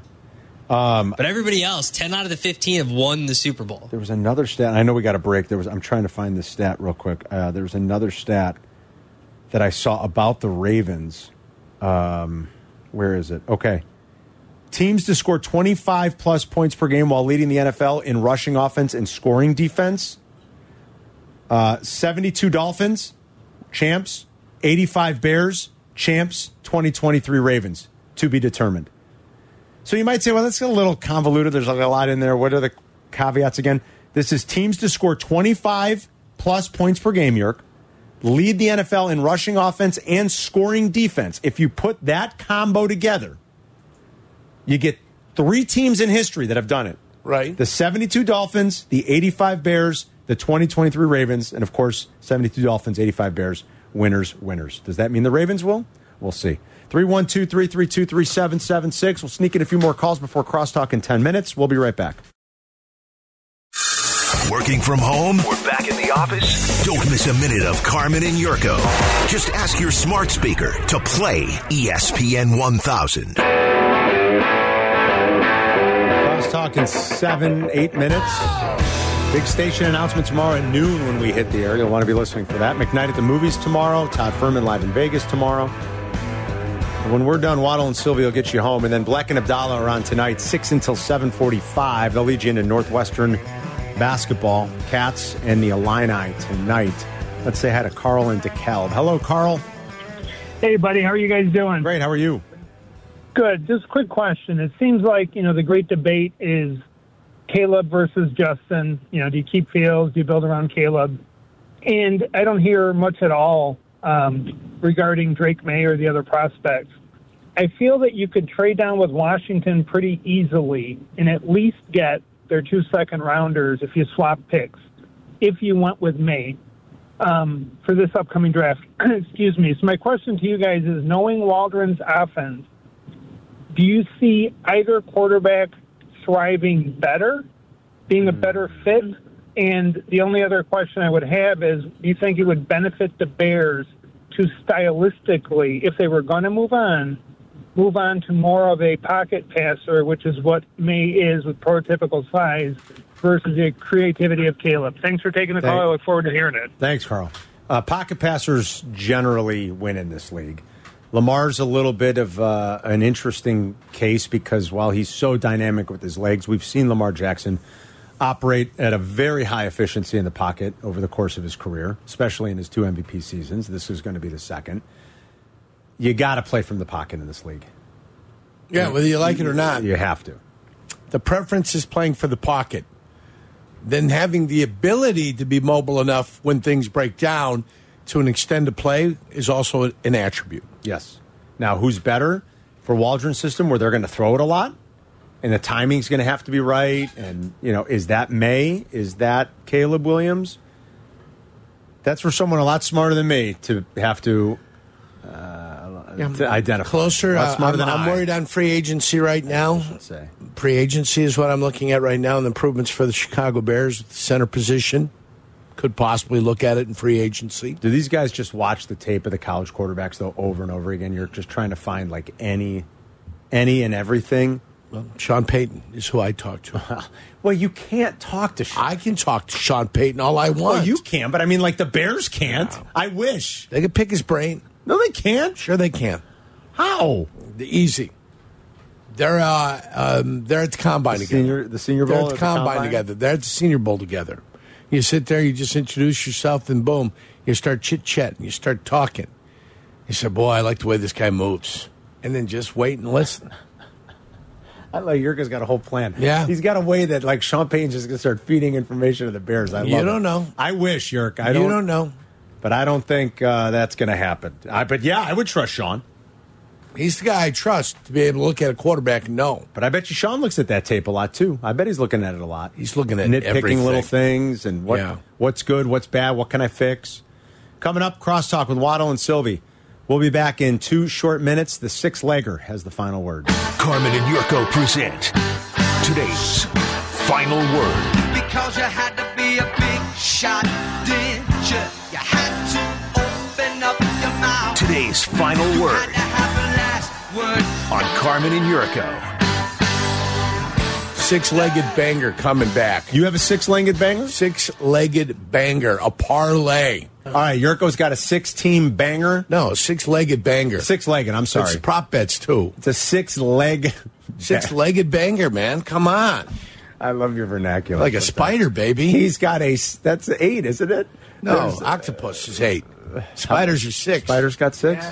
Speaker 5: But everybody else, 10 out of the 15 have won the Super Bowl.
Speaker 2: There was another stat. I know we got a break. There was. I'm trying to find this stat real quick. Uh, there was another stat that I saw about the Ravens. Um, where is it? Okay. Teams to score 25 plus points per game while leading the NFL in rushing offense and scoring defense. Uh, 72 Dolphins, champs. 85 Bears, champs. 2023 Ravens, to be determined. So you might say, well, that's a little convoluted. There's like a lot in there. What are the caveats again? This is teams to score 25 plus points per game, York. Lead the NFL in rushing offense and scoring defense. If you put that combo together, you get three teams in history that have done it
Speaker 3: Right.
Speaker 2: the 72 Dolphins, the 85 Bears, the 2023 Ravens, and of course, 72 Dolphins, 85 Bears, winners, winners. Does that mean the Ravens will? We'll see. 312 332 3776. We'll sneak in a few more calls before crosstalk in 10 minutes. We'll be right back.
Speaker 10: Working from home?
Speaker 11: We're back in the office.
Speaker 10: Don't miss a minute of Carmen and Yurko. Just ask your smart speaker to play E ESPN 1000.
Speaker 2: Crosstalk in seven, eight minutes. Big station announcement tomorrow at noon when we hit the air. You'll want to be listening for that. McKnight at the movies tomorrow. Todd Furman live in Vegas tomorrow. And When we're done, Waddle and Sylvia will get you home, and then Black and Abdallah are on tonight, six until seven forty-five. They'll lead you into Northwestern basketball, Cats and the Illini tonight. Let's say hi to Carl and DeKalb. Hello, Carl.
Speaker 12: Hey, buddy, how are you guys doing?
Speaker 2: Great. How are you?
Speaker 12: Good. Just a quick question. It seems like, you know, the great debate is Caleb versus Justin. You know, do you keep Fields? Do you build around Caleb? And I don't hear much at all um, regarding Drake May or the other prospects. I feel that you could trade down with Washington pretty easily and at least get their two second rounders if you swap picks, if you went with May um, for this upcoming draft. *clears throat* Excuse me. So, my question to you guys is knowing Waldron's offense, do you see either quarterback thriving better, being a better fit? And the only other question I would have is do you think it would benefit the Bears to stylistically, if they were going to move on, move on to more of a pocket passer, which is what May is with prototypical size, versus the creativity of Caleb? Thanks for taking the call. I look forward to hearing it.
Speaker 2: Thanks, Carl. Uh, pocket passers generally win in this league. Lamar's a little bit of uh, an interesting case because while he's so dynamic with his legs, we've seen Lamar Jackson operate at a very high efficiency in the pocket over the course of his career, especially in his two MVP seasons. This is going to be the second. You got to play from the pocket in this league.
Speaker 3: Yeah, whether you like it or not.
Speaker 2: You have to.
Speaker 3: The preference is playing for the pocket. Then having the ability to be mobile enough when things break down to an extend to play is also an attribute.
Speaker 2: Yes. Now, who's better for Waldron's system where they're going to throw it a lot and the timing's going to have to be right? And, you know, is that May? Is that Caleb Williams? That's for someone a lot smarter than me to have to, uh,
Speaker 3: Yeah, I'm
Speaker 2: to identify.
Speaker 3: Closer,
Speaker 2: A lot
Speaker 3: uh,
Speaker 2: smarter
Speaker 3: I'm,
Speaker 2: than
Speaker 3: I'm
Speaker 2: I.
Speaker 3: worried on free agency right now.
Speaker 2: say.
Speaker 3: Free agency is what I'm looking at right now, and the improvements for the Chicago Bears with the center position could possibly look at it in free agency.
Speaker 2: Do these guys just watch the tape of the college quarterbacks though over and over again? You're just trying to find like any, any and everything.
Speaker 3: Well, Sean Payton is who I talk
Speaker 2: *laughs*
Speaker 3: to.
Speaker 2: well, you can't talk to.
Speaker 3: I can talk to Sean Payton all I want.
Speaker 2: Well, you can, but I mean, like the Bears can't. I wish
Speaker 3: they could pick his brain.
Speaker 2: No, they can't.
Speaker 3: Sure, they can.
Speaker 2: How?
Speaker 3: Easy. They're uh, um, they're at the combine
Speaker 2: The
Speaker 3: together.
Speaker 2: senior- the Senior
Speaker 3: They're
Speaker 2: Bowl
Speaker 3: at the
Speaker 2: at the
Speaker 3: combine,
Speaker 2: combine?
Speaker 3: together. They're at the Senior Bowl together. You sit there, you just introduce yourself, and boom, you start chit chatting, you start talking. You say, "Boy, I like the way this guy moves," and then just wait and listen.
Speaker 2: I like Yurka's got a whole plan.
Speaker 3: Yeah.
Speaker 2: he's got a way that like Sean Payton's just gonna start feeding information to the Bears. I love
Speaker 3: You
Speaker 2: it.
Speaker 3: don't know.
Speaker 2: I wish Yurk. I
Speaker 3: You
Speaker 2: don't,
Speaker 3: don't know.
Speaker 2: but I don't think uh, that's gonna happen. I, but yeah, I would trust Sean.
Speaker 3: He's the guy I trust to be able to look at a quarterback and know.
Speaker 2: But I bet you Sean looks at that tape a lot too. I bet he's looking at it a lot.
Speaker 3: He's looking at
Speaker 2: nitpicking
Speaker 3: everything.
Speaker 2: little things and what
Speaker 3: Yeah.
Speaker 2: what's good, what's bad, what can I fix. Coming up, crosstalk with Waddle and Sylvie. We'll be back in two short minutes. The six legger has the final word.
Speaker 10: Carmen and Yurko present today's final word.
Speaker 11: Because you had to be a big shot, did you? You had to open up your mouth.
Speaker 10: Today's final word
Speaker 11: Have a last word.
Speaker 10: on Carmen and Yurko.
Speaker 3: Six-legged banger coming back.
Speaker 2: You have a six legged banger?
Speaker 3: Six-legged banger, a parlay.
Speaker 2: All right, Yurko's got a six team banger.
Speaker 3: No, a six-legged banger.
Speaker 2: Six legged, I'm sorry.
Speaker 3: It's prop bets too.
Speaker 2: It's a six *laughs* leg.
Speaker 3: Six legged banger, man. Come on.
Speaker 2: I love your vernacular.
Speaker 3: Like a spider, baby.
Speaker 2: He's got a. s- That's eight, isn't it?
Speaker 3: no,
Speaker 2: There's- uh,
Speaker 3: octopus is eight. Spiders are six.
Speaker 2: Spider's got six?